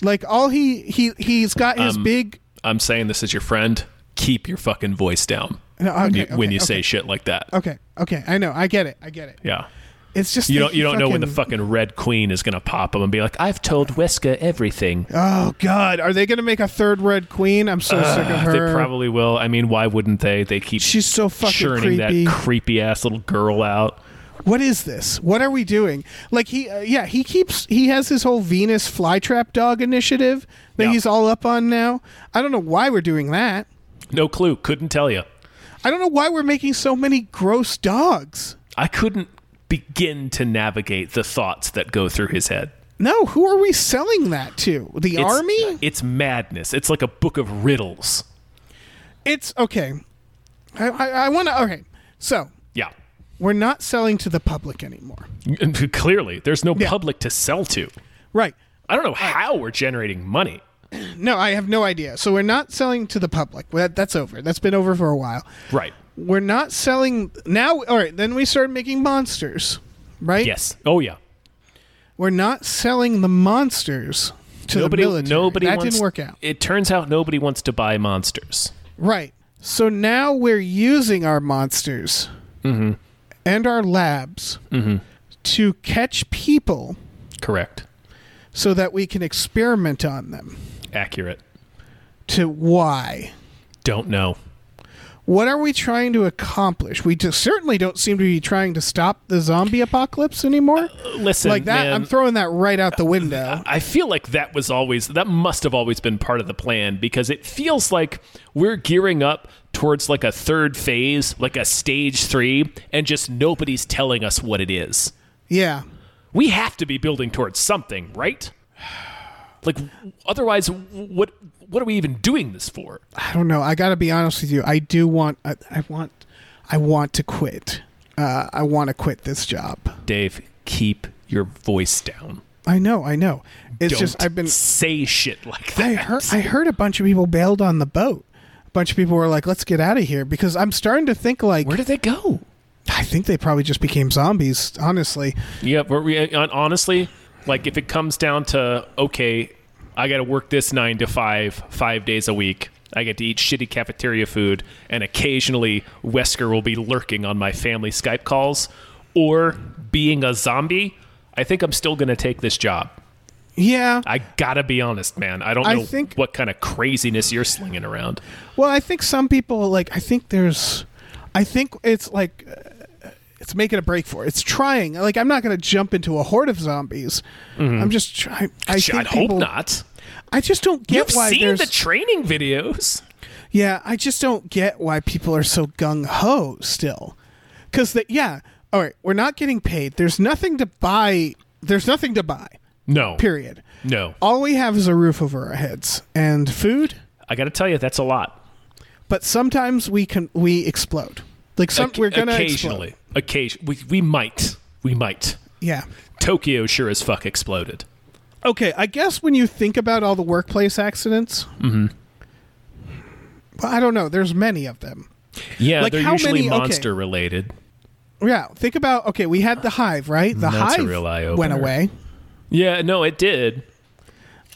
Speaker 3: Like all he he he's got
Speaker 1: Um,
Speaker 3: his big.
Speaker 1: I'm saying this as your friend. Keep your fucking voice down
Speaker 3: No,
Speaker 1: when
Speaker 3: okay,
Speaker 1: you, when
Speaker 3: okay,
Speaker 1: you
Speaker 3: okay.
Speaker 1: say shit like that.
Speaker 3: Okay, okay, I know, I get it, I get it.
Speaker 1: Yeah.
Speaker 3: It's just
Speaker 1: You
Speaker 3: like
Speaker 1: don't you
Speaker 3: he
Speaker 1: don't know when the
Speaker 3: fucking-
Speaker 1: fucking Red Queen is gonna pop up and be like, I've told Wesker everything.
Speaker 3: Oh God, are they gonna make a third Red Queen? I'm so sick of her.
Speaker 1: Uh, They probably will. I mean, why wouldn't they? They keep
Speaker 3: She's so fucking
Speaker 1: churning
Speaker 3: creepy.
Speaker 1: that creepy ass little girl out.
Speaker 3: what is this? What are we doing? Like he, uh, yeah, he keeps he has his whole Venus flytrap dog initiative that
Speaker 1: Yeah.
Speaker 3: he's all up on now. I don't know why we're doing that.
Speaker 1: No clue. Couldn't tell you.
Speaker 3: I don't know why we're making so many gross dogs.
Speaker 1: I couldn't begin to navigate the thoughts that go through his head.
Speaker 3: No, who are we selling that to? The
Speaker 1: It's-
Speaker 3: army?
Speaker 1: It's madness. It's like a book of riddles.
Speaker 3: It's okay. I I, I want to okay. So
Speaker 1: Yeah.
Speaker 3: we're not selling to the public anymore,
Speaker 1: Clearly, there's no
Speaker 3: Yeah.
Speaker 1: public to sell to.
Speaker 3: right?
Speaker 1: I don't know how we're generating money.
Speaker 3: No, I have no idea. So we're not selling to the public. That, that's over. That's been over for a while.
Speaker 1: Right.
Speaker 3: we're not selling now all right then we started making monsters right
Speaker 1: Yes. Oh yeah.
Speaker 3: we're not selling the monsters to
Speaker 1: Nobody
Speaker 3: the military
Speaker 1: nobody
Speaker 3: that
Speaker 1: wants
Speaker 3: didn't work out
Speaker 1: It turns out nobody wants to buy monsters.
Speaker 3: right So now we're using our monsters
Speaker 1: Mm-hmm.
Speaker 3: and our labs to catch people
Speaker 1: Correct.
Speaker 3: so that we can experiment on them.
Speaker 1: Accurate.
Speaker 3: To why?
Speaker 1: Don't know.
Speaker 3: What are we trying to accomplish? We just certainly don't seem to be trying to stop the zombie apocalypse anymore.
Speaker 1: Listen,
Speaker 3: like that,
Speaker 1: Uh, man, Uh,
Speaker 3: I'm throwing that right out the window.
Speaker 1: I feel like that was always that must have always been part of the plan because it feels like we're gearing up towards like a third phase, like a stage 3 and just nobody's telling us what it is.
Speaker 3: Yeah.
Speaker 1: We have to be building towards something, right? Like otherwise what what are we even doing this for?
Speaker 3: I don't know. I got to be honest with you. I do want. I, I want. I want to quit. Uh, I want to quit this job.
Speaker 1: Dave, keep your voice down.
Speaker 3: I know. I know. It's
Speaker 1: Don't
Speaker 3: just I've been.
Speaker 1: say shit like that.
Speaker 3: I heard. I heard a bunch of people bailed on the boat. A bunch of people were like, "Let's get out of here," because I'm starting to think like
Speaker 1: Where did they go?
Speaker 3: I think they probably just became zombies. Honestly,
Speaker 1: Yeah, but we, hon- honestly, like if it comes down to okay, I got to work this nine to five, five days a week. I get to eat shitty cafeteria food, and occasionally Wesker will be lurking on my family Skype calls, or being a zombie. I think I'm still gonna take this job.
Speaker 3: yeah.
Speaker 1: I gotta be honest, man. I don't know
Speaker 3: I think-
Speaker 1: what kind of craziness you're slinging around.
Speaker 3: Well, I think some people like. I think there's. I think it's like. Uh, it's making a break for it. It's trying. Like I'm not going to jump into a horde of zombies. I'm just trying. I
Speaker 1: Sh-
Speaker 3: think
Speaker 1: Mm-hmm. I'd hope
Speaker 3: people-
Speaker 1: not.
Speaker 3: I just don't get
Speaker 1: You've
Speaker 3: why
Speaker 1: seen
Speaker 3: there's.
Speaker 1: the training videos.
Speaker 3: yeah, I just don't get why people are so gung ho still. Because that, yeah, all right, we're not getting paid. There's nothing to buy. There's nothing to buy.
Speaker 1: No.
Speaker 3: Period.
Speaker 1: No.
Speaker 3: All we have is a roof over our heads and food.
Speaker 1: I gotta tell you, that's a lot.
Speaker 3: But sometimes we can we explode. Like some,
Speaker 1: Oc-
Speaker 3: we're gonna
Speaker 1: occasionally,
Speaker 3: Explode.
Speaker 1: occasion we we might we might.
Speaker 3: Yeah.
Speaker 1: Tokyo sure as fuck exploded.
Speaker 3: Okay, I guess when you think about all the workplace accidents, mm-hmm. well, I don't know. There's many of them.
Speaker 1: Yeah,
Speaker 3: Like,
Speaker 1: they're
Speaker 3: how
Speaker 1: usually
Speaker 3: many- okay.
Speaker 1: monster related.
Speaker 3: Yeah, think about okay. We had the hive, right? The
Speaker 1: That's a
Speaker 3: hive
Speaker 1: real eye
Speaker 3: went
Speaker 1: opener.
Speaker 3: away.
Speaker 1: Yeah, no, it did.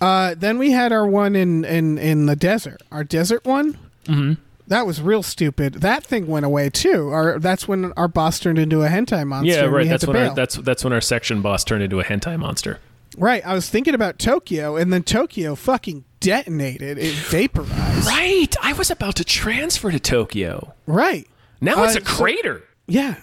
Speaker 3: Uh, then we had our one in in in the desert. Our desert one. Mm-hmm. That was real stupid. That thing went away too. Our that's when our boss turned into a hentai monster.
Speaker 1: Yeah,
Speaker 3: and we
Speaker 1: right.
Speaker 3: had
Speaker 1: That's
Speaker 3: to
Speaker 1: when
Speaker 3: bail.
Speaker 1: our, that's that's when our section boss turned into a hentai monster.
Speaker 3: right. I was thinking about Tokyo, and then Tokyo fucking detonated. It vaporized.
Speaker 1: Right. I was about to transfer to Tokyo.
Speaker 3: Right.
Speaker 1: Now it's
Speaker 3: Uh,
Speaker 1: a crater.
Speaker 3: Yeah.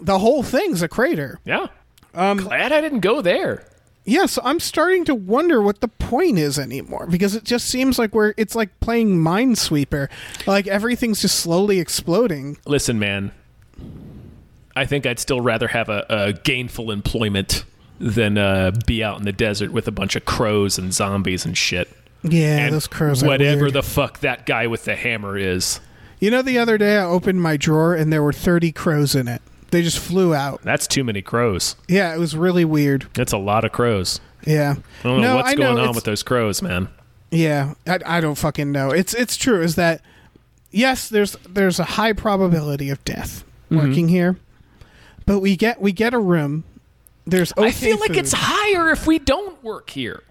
Speaker 3: The whole thing's a crater.
Speaker 1: yeah. Glad I didn't go there.
Speaker 3: Yeah, so I'm starting to wonder what the point is anymore because it just seems like we're it's like playing Minesweeper. Like everything's just slowly exploding.
Speaker 1: Listen, man. I think I'd still rather have a, a gainful employment than uh, be out in the desert with a bunch of crows and zombies and shit.
Speaker 3: Yeah,
Speaker 1: and
Speaker 3: Oh, those crows are
Speaker 1: whatever
Speaker 3: weird.
Speaker 1: the fuck that guy with the hammer is.
Speaker 3: You know the other day I opened my drawer and there were 30 crows in it. They just flew out.
Speaker 1: That's too many crows.
Speaker 3: Yeah, it was really weird.
Speaker 1: That's a lot of crows.
Speaker 3: Yeah.
Speaker 1: I don't know
Speaker 3: no,
Speaker 1: what's
Speaker 3: I know
Speaker 1: going on
Speaker 3: it's-
Speaker 1: with those crows, man.
Speaker 3: Yeah, I, I don't fucking know. It's it's true is that yes, there's there's a high probability of death
Speaker 1: Mm-hmm.
Speaker 3: working here, but we get we get a room. There's okay
Speaker 1: I feel like
Speaker 3: food.
Speaker 1: it's higher if we don't work here.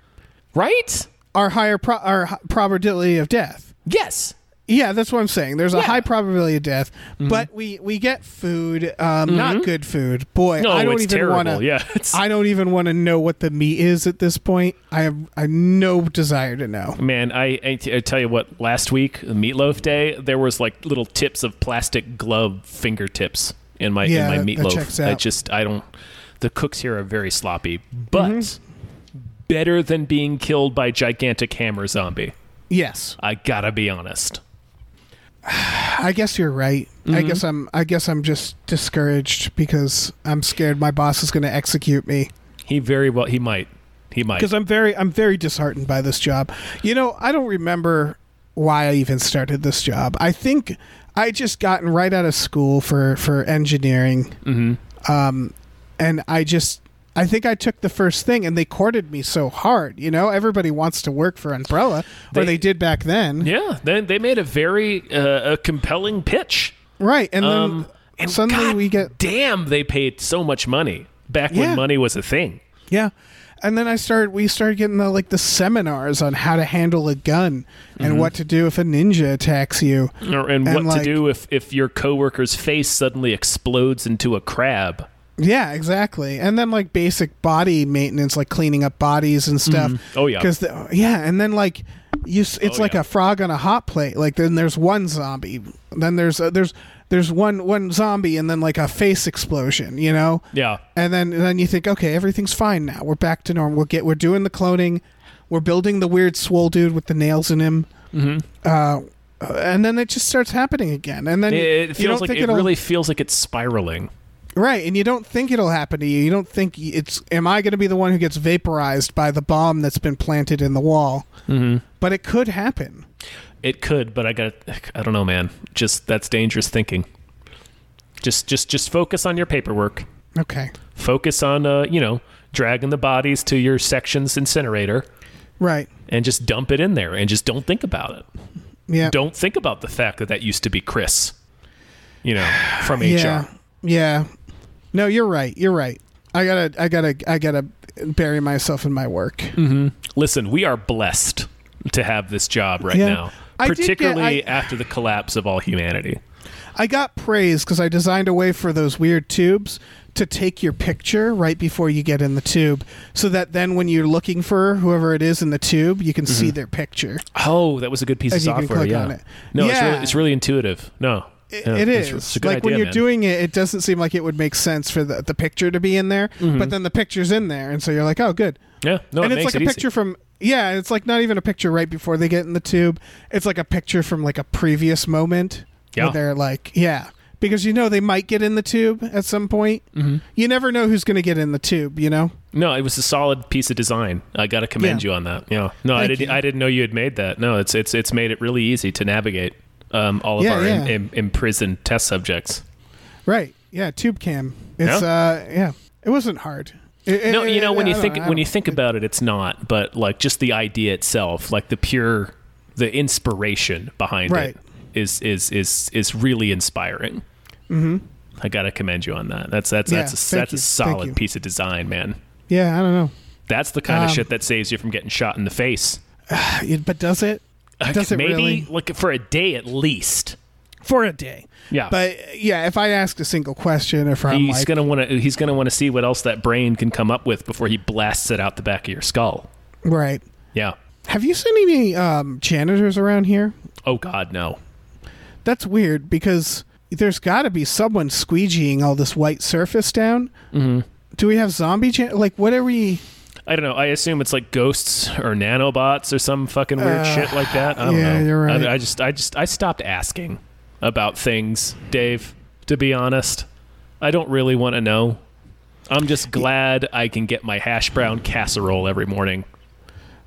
Speaker 1: Right?
Speaker 3: our higher pro- our hi- probability of death.
Speaker 1: Yes.
Speaker 3: Yeah, that's what I'm saying. There's a
Speaker 1: Yeah. Mm-hmm.
Speaker 3: high probability of death, but we we get food, um, not good food. Boy,
Speaker 1: No,
Speaker 3: I don't
Speaker 1: it's
Speaker 3: even
Speaker 1: terrible.
Speaker 3: want to.
Speaker 1: Yeah. It's,
Speaker 3: I don't even want to know what the meat is at this point. I have I have no desire to know.
Speaker 1: man, I, I, t- I tell you what, last week, Meatloaf Day, there was like little tips of plastic glove fingertips in my
Speaker 3: Yeah,
Speaker 1: in
Speaker 3: that-
Speaker 1: my
Speaker 3: that checks
Speaker 1: meatloaf. I
Speaker 3: out.
Speaker 1: just I don't the cooks here are very sloppy, but
Speaker 3: Mm-hmm.
Speaker 1: better than being killed by gigantic hammer zombie.
Speaker 3: Yes,
Speaker 1: I gotta be honest.
Speaker 3: I guess you're right. I
Speaker 1: Mm-hmm.
Speaker 3: guess I'm I guess I'm just discouraged because I'm scared my boss is going to execute me.
Speaker 1: He very well he might. He might.
Speaker 3: Because I'm very I'm very disheartened by this job. You know, I don't remember why I even started this job. I think I just gotten right out of school for for engineering. Mm-hmm. Um, and I just I think I took the first thing, and they courted me so hard. You know, everybody wants to work for Umbrella,
Speaker 1: They-
Speaker 3: or they did back then,
Speaker 1: Yeah, they, they made a very uh, a compelling pitch.
Speaker 3: right? And then
Speaker 1: Um, and
Speaker 3: suddenly
Speaker 1: God
Speaker 3: we get
Speaker 1: damn, they paid so much money back
Speaker 3: Yeah.
Speaker 1: when money was a thing.
Speaker 3: Yeah. And then I started we started getting the like the seminars on how to handle a gun
Speaker 1: Mm-hmm.
Speaker 3: and what to do if a ninja attacks you.
Speaker 1: Or, and, what
Speaker 3: And, like-
Speaker 1: to do if, if your coworker's face suddenly explodes into a crab.
Speaker 3: Yeah, exactly. And then like basic body maintenance like cleaning up bodies and stuff.
Speaker 1: Oh, yeah.
Speaker 3: Cuz yeah, and then like you s- it's
Speaker 1: Oh,
Speaker 3: like
Speaker 1: yeah.
Speaker 3: a frog on a hot plate. Like then there's one zombie. Then there's uh, there's there's one one zombie and then like a face explosion, you know?
Speaker 1: Yeah.
Speaker 3: and then and then you think, okay, everything's fine now. We're back to normal. We'll get. We're doing the cloning. We're building the weird swole dude with the nails in him. Mm-hmm. Uh, and then it just starts happening again. And then
Speaker 1: It,
Speaker 3: you-
Speaker 1: it
Speaker 3: you
Speaker 1: feels
Speaker 3: don't
Speaker 1: like
Speaker 3: think
Speaker 1: it
Speaker 3: will
Speaker 1: really feels like it's spiraling.
Speaker 3: right, and you don't think it'll happen to you. You don't think y- it's. Am I going to be the one who gets vaporized by the bomb that's been planted in the wall? Mm-hmm. But it could happen.
Speaker 1: It could, but I got I don't know, man. Just that's dangerous thinking. Just just just focus on your paperwork.
Speaker 3: Okay.
Speaker 1: Focus on uh, you know, dragging the bodies to your section's incinerator
Speaker 3: Right.
Speaker 1: and just dump it in there and just don't think about it.
Speaker 3: Yeah.
Speaker 1: Don't think about the fact that that used to be Chris. You know, from HR.
Speaker 3: Yeah. Yeah. No, you're right. You're right. I gotta. I gotta. I gotta bury myself in my work.
Speaker 1: Listen, we are blessed to have this job right
Speaker 3: Yeah.
Speaker 1: now,
Speaker 3: I did get-
Speaker 1: particularly
Speaker 3: I-
Speaker 1: after the collapse of all humanity.
Speaker 3: I got praise because I designed a way for those weird tubes to take your picture right before you get in the tube, so that then when you're looking for whoever it is in the tube, you can
Speaker 1: Mm-hmm.
Speaker 3: see their picture.
Speaker 1: Oh, that was a good piece of
Speaker 3: And you can
Speaker 1: software.
Speaker 3: click
Speaker 1: yeah.
Speaker 3: on it.
Speaker 1: No, It's,
Speaker 3: Yeah.
Speaker 1: really, it's really intuitive. No,
Speaker 3: It,
Speaker 1: Yeah,
Speaker 3: it
Speaker 1: it's-
Speaker 3: is
Speaker 1: it's a good
Speaker 3: like when
Speaker 1: idea,
Speaker 3: you're
Speaker 1: man.
Speaker 3: doing it, it doesn't seem like it would make sense for the, the picture to be in there,
Speaker 1: Mm-hmm.
Speaker 3: but then the picture's in there, and so you're like, oh, good.
Speaker 1: Yeah, no,
Speaker 3: and
Speaker 1: it
Speaker 3: it's
Speaker 1: makes
Speaker 3: like a
Speaker 1: it easy.
Speaker 3: picture from yeah, it's like not even a picture right before they get in the tube. It's like a picture from like a previous moment
Speaker 1: Yeah.
Speaker 3: where they're like, yeah, because you know they might get in the tube at some point. Mm-hmm. You never know who's going to get in the tube, you know?
Speaker 1: No, it was a solid piece of design. I got to commend
Speaker 3: Yeah.
Speaker 1: you on that. Yeah. No, I
Speaker 3: Thank
Speaker 1: didn't.
Speaker 3: you.
Speaker 1: I didn't know you had made that. No, it's it's it's made it really easy to navigate um, all of
Speaker 3: Yeah,
Speaker 1: our im-
Speaker 3: yeah.
Speaker 1: im- imprisoned test subjects.
Speaker 3: Right? Yeah, tube cam. It's
Speaker 1: Yeah.
Speaker 3: uh yeah, it wasn't hard. It- it-
Speaker 1: No, you know when
Speaker 3: I
Speaker 1: you
Speaker 3: don't
Speaker 1: think
Speaker 3: know, I
Speaker 1: when you
Speaker 3: don't-
Speaker 1: think about it, it's not. But like just the idea itself, like the pure, the inspiration behind
Speaker 3: Right.
Speaker 1: it is is is is really inspiring. Mm-hmm. I got to commend you on that. That's that's
Speaker 3: Yeah,
Speaker 1: that's a,
Speaker 3: thank
Speaker 1: that's
Speaker 3: you,
Speaker 1: a
Speaker 3: thank you.
Speaker 1: solid piece of design, man.
Speaker 3: yeah, I don't know,
Speaker 1: That's the kind of
Speaker 3: Um,
Speaker 1: shit that saves you from getting shot in the face.
Speaker 3: It- but does it? Does it
Speaker 1: Uh, Maybe
Speaker 3: really
Speaker 1: like for a day at least.
Speaker 3: for a day?
Speaker 1: Yeah.
Speaker 3: But yeah, if I ask a single question, if I'm
Speaker 1: he's
Speaker 3: like,
Speaker 1: gonna want to. He's gonna want to see what else that brain can come up with before he blasts it out the back of your skull.
Speaker 3: right?
Speaker 1: Yeah.
Speaker 3: Have you seen any um, janitors around here?
Speaker 1: Oh God, no.
Speaker 3: That's weird because there's got to be someone squeegeeing all this white surface down. Mm-hmm. Do we have zombie jan- like what are we?
Speaker 1: I don't know. I assume it's like ghosts or nanobots or some fucking weird shit like that. I don't
Speaker 3: Uh, yeah,
Speaker 1: know.
Speaker 3: you're right.
Speaker 1: I, I just, I just, I stopped asking about things, Dave. To be honest, I don't really want to know. I'm just glad I can get my hash brown casserole every morning.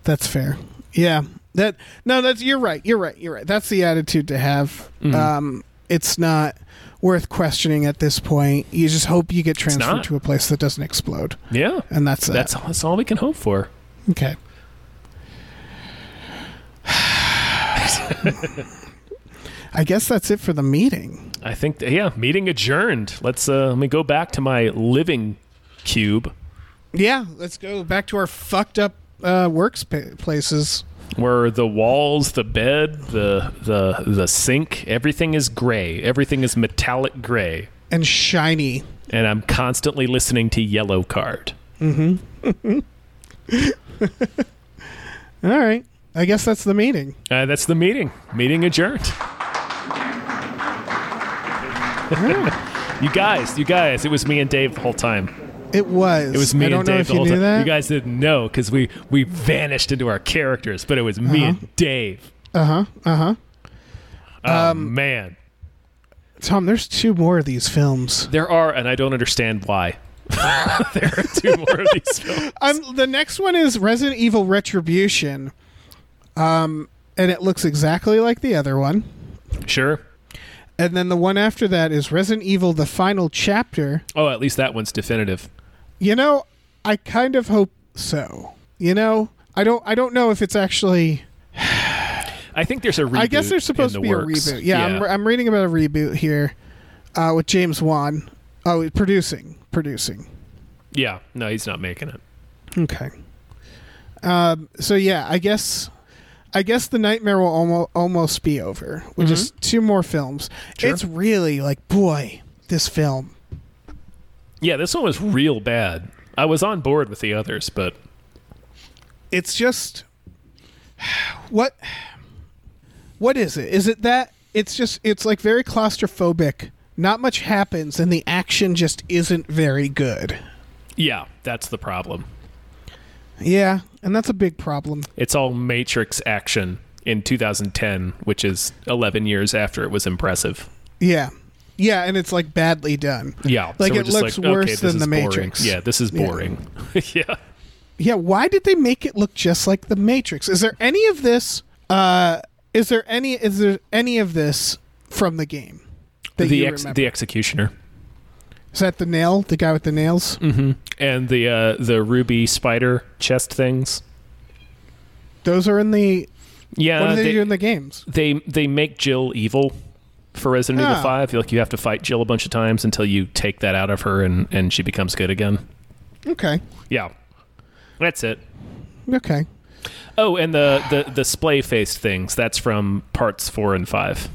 Speaker 3: That's fair. Yeah. That no, that's you're right. You're right. You're right. That's the attitude to have.
Speaker 1: Mm-hmm.
Speaker 3: Um, it's not worth questioning at this point. You just hope you get transferred
Speaker 1: not.
Speaker 3: to a place that doesn't explode,
Speaker 1: Yeah,
Speaker 3: and that's that.
Speaker 1: that's that's all we can hope for.
Speaker 3: okay. I guess that's it for the meeting.
Speaker 1: I think th- yeah, meeting adjourned. Let's uh let me go back to my living cube
Speaker 3: Yeah, let's go back to our fucked up uh, workplaces.
Speaker 1: where the walls, the bed, the the the sink, everything is gray. Everything is metallic gray.
Speaker 3: and shiny.
Speaker 1: And I'm constantly listening to Yellow Card.
Speaker 3: All right. I guess that's the meeting.
Speaker 1: Uh, that's the meeting. Meeting adjourned. you guys, you guys, it was me and Dave the whole time.
Speaker 3: It was.
Speaker 1: It was me
Speaker 3: I don't
Speaker 1: and
Speaker 3: know
Speaker 1: Dave
Speaker 3: if
Speaker 1: the
Speaker 3: you
Speaker 1: whole
Speaker 3: knew
Speaker 1: time.
Speaker 3: that.
Speaker 1: You guys didn't know because we we vanished into our characters, but it was me
Speaker 3: Uh-huh.
Speaker 1: and Dave. Uh huh. Uh huh.
Speaker 3: Um,
Speaker 1: Oh, man,
Speaker 3: Tom, there's two more of these films.
Speaker 1: there are, and I don't understand why. there are two more of these films.
Speaker 3: Um, the next one is Resident Evil Retribution. Um, and it looks exactly like the other one.
Speaker 1: Sure.
Speaker 3: And then the one after that is Resident Evil The Final Chapter.
Speaker 1: Oh, at least that one's definitive.
Speaker 3: You know, I kind of hope so. You know, I don't I don't know if it's actually
Speaker 1: I think there's a reboot.
Speaker 3: I guess there's supposed to
Speaker 1: in
Speaker 3: be
Speaker 1: the works.
Speaker 3: a reboot. Yeah, I'm, I'm reading about a reboot here uh, with James Wan. Oh, producing, producing.
Speaker 1: Yeah. No, he's not making it.
Speaker 3: Okay. Um, so yeah, I guess, I guess the nightmare will almost almost be over with just two more films.
Speaker 1: Mm-hmm. Sure.
Speaker 3: It's really like, boy, this film.
Speaker 1: Yeah, this one was real bad. I was on board with the others, but
Speaker 3: It's just what, what is it? Is it that it's just it's like very claustrophobic. Not much happens, and the action just isn't very good.
Speaker 1: yeah, that's the problem.
Speaker 3: Yeah, and that's a big problem.
Speaker 1: It's all Matrix action in 2010, which is 11 years after it was impressive.
Speaker 3: Yeah, yeah, and it's like badly done.
Speaker 1: Yeah,
Speaker 3: Like,
Speaker 1: so we're
Speaker 3: it
Speaker 1: just
Speaker 3: looks
Speaker 1: like, okay,
Speaker 3: worse
Speaker 1: this
Speaker 3: than
Speaker 1: is
Speaker 3: The
Speaker 1: boring.
Speaker 3: Matrix.
Speaker 1: Yeah, this is
Speaker 3: Yeah.
Speaker 1: boring. yeah.
Speaker 3: Yeah, why did they make it look just like the Matrix? Is there any of this? Uh, is there any? Is there any of this from the game? That
Speaker 1: the
Speaker 3: you
Speaker 1: ex-
Speaker 3: remember?
Speaker 1: the executioner
Speaker 3: is that the nail? The guy with the nails?
Speaker 1: Mm. and the uh, the ruby spider chest things.
Speaker 3: Those are in the.
Speaker 1: Yeah,
Speaker 3: What do they,
Speaker 1: Uh, they,
Speaker 3: do in the games?
Speaker 1: they they make Jill evil for Resident Evil
Speaker 3: Ah.
Speaker 1: Five. Like you have to fight Jill a bunch of times until you take that out of her and and she becomes good again.
Speaker 3: Okay,
Speaker 1: Yeah, that's it.
Speaker 3: okay.
Speaker 1: Oh, and the the the splay faced things. That's from parts four and five.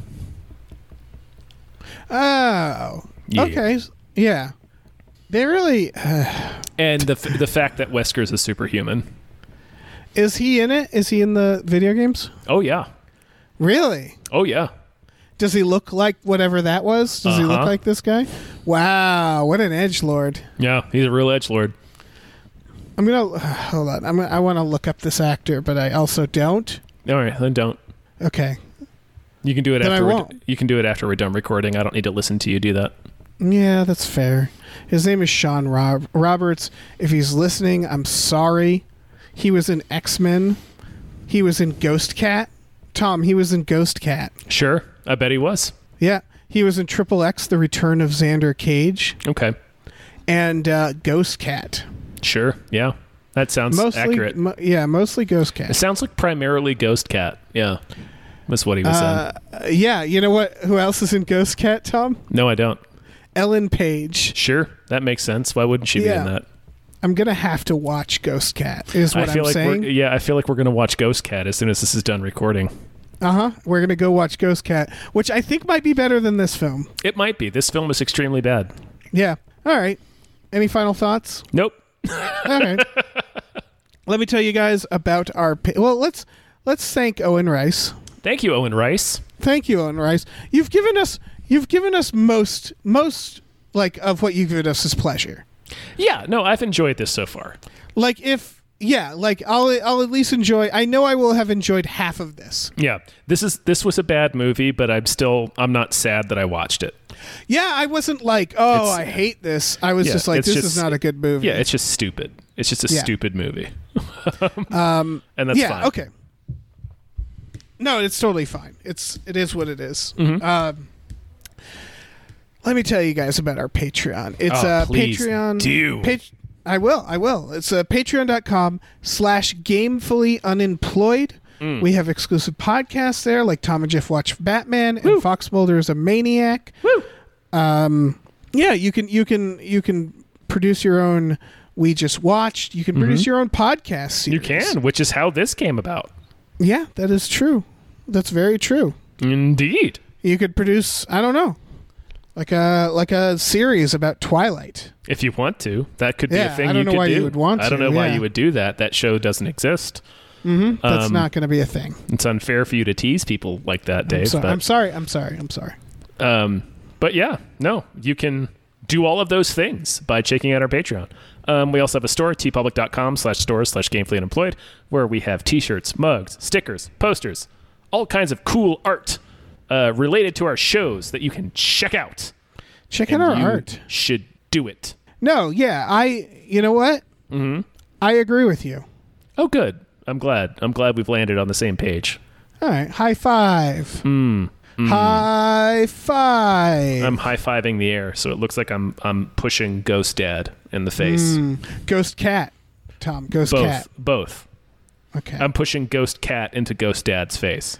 Speaker 3: Oh,
Speaker 1: Yeah.
Speaker 3: okay, yeah. They really uh,
Speaker 1: And the f- the fact that Wesker's a superhuman.
Speaker 3: is he in it? Is he in the video games?
Speaker 1: Oh yeah,
Speaker 3: Really?
Speaker 1: oh yeah.
Speaker 3: Does he look like whatever that was? Does he look
Speaker 1: Uh-huh.
Speaker 3: like this guy? Wow, what an edge lord.
Speaker 1: Yeah, he's a real edge lord.
Speaker 3: I'm gonna hold on. I'm gonna, I want to look up this actor, but I also don't.
Speaker 1: All right, then don't.
Speaker 3: Okay.
Speaker 1: You can do it
Speaker 3: Then I
Speaker 1: after. We're,
Speaker 3: won't.
Speaker 1: you can do it after we're done recording. I don't need to listen to you do that.
Speaker 3: Yeah, that's fair. His name is Sean Rob- Roberts. If he's listening, I'm sorry. He was in X Men. He was in Ghost Cat. Tom, he was in Ghost Cat.
Speaker 1: Sure, I bet he was.
Speaker 3: Yeah, he was in Triple X: The Return of Xander Cage
Speaker 1: Okay,
Speaker 3: and uh, Ghost Cat.
Speaker 1: sure, yeah, that sounds
Speaker 3: Mostly,
Speaker 1: accurate.
Speaker 3: mo- yeah, mostly Ghost
Speaker 1: It
Speaker 3: Cat.
Speaker 1: sounds like primarily Ghost Cat. Yeah, that's what he was
Speaker 3: Uh, yeah, you know what? Who else is in Ghost Cat? Tom,
Speaker 1: in. No, I don't.
Speaker 3: Ellen Page.
Speaker 1: Sure, that makes sense. Why wouldn't she
Speaker 3: Yeah.
Speaker 1: be in that?
Speaker 3: I'm gonna have to watch Ghost Cat. Is what
Speaker 1: I feel
Speaker 3: I'm
Speaker 1: like
Speaker 3: saying.
Speaker 1: we're e yeah, I feel like we're gonna watch Ghost Cat as soon as this is done recording.
Speaker 3: Uh huh. We're gonna go watch Ghost Cat, which I think might be better than this film.
Speaker 1: It might be. This film is extremely bad.
Speaker 3: Yeah. All right. Any final thoughts?
Speaker 1: Nope.
Speaker 3: All right. Let me tell you guys about our. pa- Well, let's let's thank Owen Rice.
Speaker 1: Thank you, Owen Rice.
Speaker 3: Thank you, Owen Rice. You've given us you've given us most most like of what you've given us is pleasure.
Speaker 1: Yeah, no, I've enjoyed this so far.
Speaker 3: Like if yeah, like I'll I'll at least enjoy. I know I will have enjoyed half of this.
Speaker 1: Yeah, this is this was a bad movie, but I'm still I'm not sad that I watched it.
Speaker 3: Yeah, I wasn't like oh
Speaker 1: It's-
Speaker 3: I hate this. I was
Speaker 1: Yeah,
Speaker 3: just like
Speaker 1: it's
Speaker 3: this
Speaker 1: just-
Speaker 3: is not a good movie.
Speaker 1: Yeah, it's just stupid. It's just a
Speaker 3: Yeah. Um,
Speaker 1: stupid movie. um, and that's
Speaker 3: yeah
Speaker 1: fine.
Speaker 3: okay no it's totally fine it's it is what it is.
Speaker 1: Mm-hmm.
Speaker 3: um, let me tell you guys about our patreon it's
Speaker 1: Oh,
Speaker 3: uh
Speaker 1: please
Speaker 3: patreon
Speaker 1: do.
Speaker 3: pat- i will i will it's uh, patreon.com slash gamefully unemployed
Speaker 1: Mm.
Speaker 3: We have exclusive podcasts there, like Tom and Jeff Watch Batman and Fox Mulder is a Maniac. Woo. Um, yeah, you can you can you can produce your own. We just watched. You can produce your own podcast. Series.
Speaker 1: Mm-hmm. You can, which is how this came about.
Speaker 3: Yeah, that is true. That's very true.
Speaker 1: Indeed.
Speaker 3: You could produce, I don't know, like a like a series about Twilight.
Speaker 1: If you want to, that could be
Speaker 3: Yeah,
Speaker 1: a thing
Speaker 3: I don't
Speaker 1: you
Speaker 3: know
Speaker 1: could
Speaker 3: why
Speaker 1: do.
Speaker 3: you would want
Speaker 1: I don't
Speaker 3: to,
Speaker 1: know why
Speaker 3: yeah.
Speaker 1: you would do that. That show doesn't exist.
Speaker 3: That's
Speaker 1: Um,
Speaker 3: not going to be a thing.
Speaker 1: It's unfair for you to tease people like that, Dave.
Speaker 3: So, I'm
Speaker 1: but,
Speaker 3: sorry. I'm sorry. I'm sorry.
Speaker 1: um, but yeah, no, you can do all of those things by checking out our Patreon. Um, we also have a store, tpublic.com slash stores slash gamefully unemployed, where we have t-shirts, mugs, stickers, posters, all kinds of cool art uh, related to our shows that you can check out.
Speaker 3: Check out our
Speaker 1: You
Speaker 3: art.
Speaker 1: should do it.
Speaker 3: No, yeah, I. You know what? Mm-hmm. I agree with you.
Speaker 1: Oh, good. I'm glad. I'm glad we've landed on the same page.
Speaker 3: All right, high five.
Speaker 1: Hmm,
Speaker 3: High five.
Speaker 1: I'm high fiving the air, so it looks like I'm I'm pushing Ghost Dad in the face.
Speaker 3: Ghost cat. Tom. Ghost
Speaker 1: both,
Speaker 3: Mm,
Speaker 1: Um,
Speaker 3: cat.
Speaker 1: both.
Speaker 3: Okay.
Speaker 1: I'm pushing Ghost Cat into Ghost Dad's face.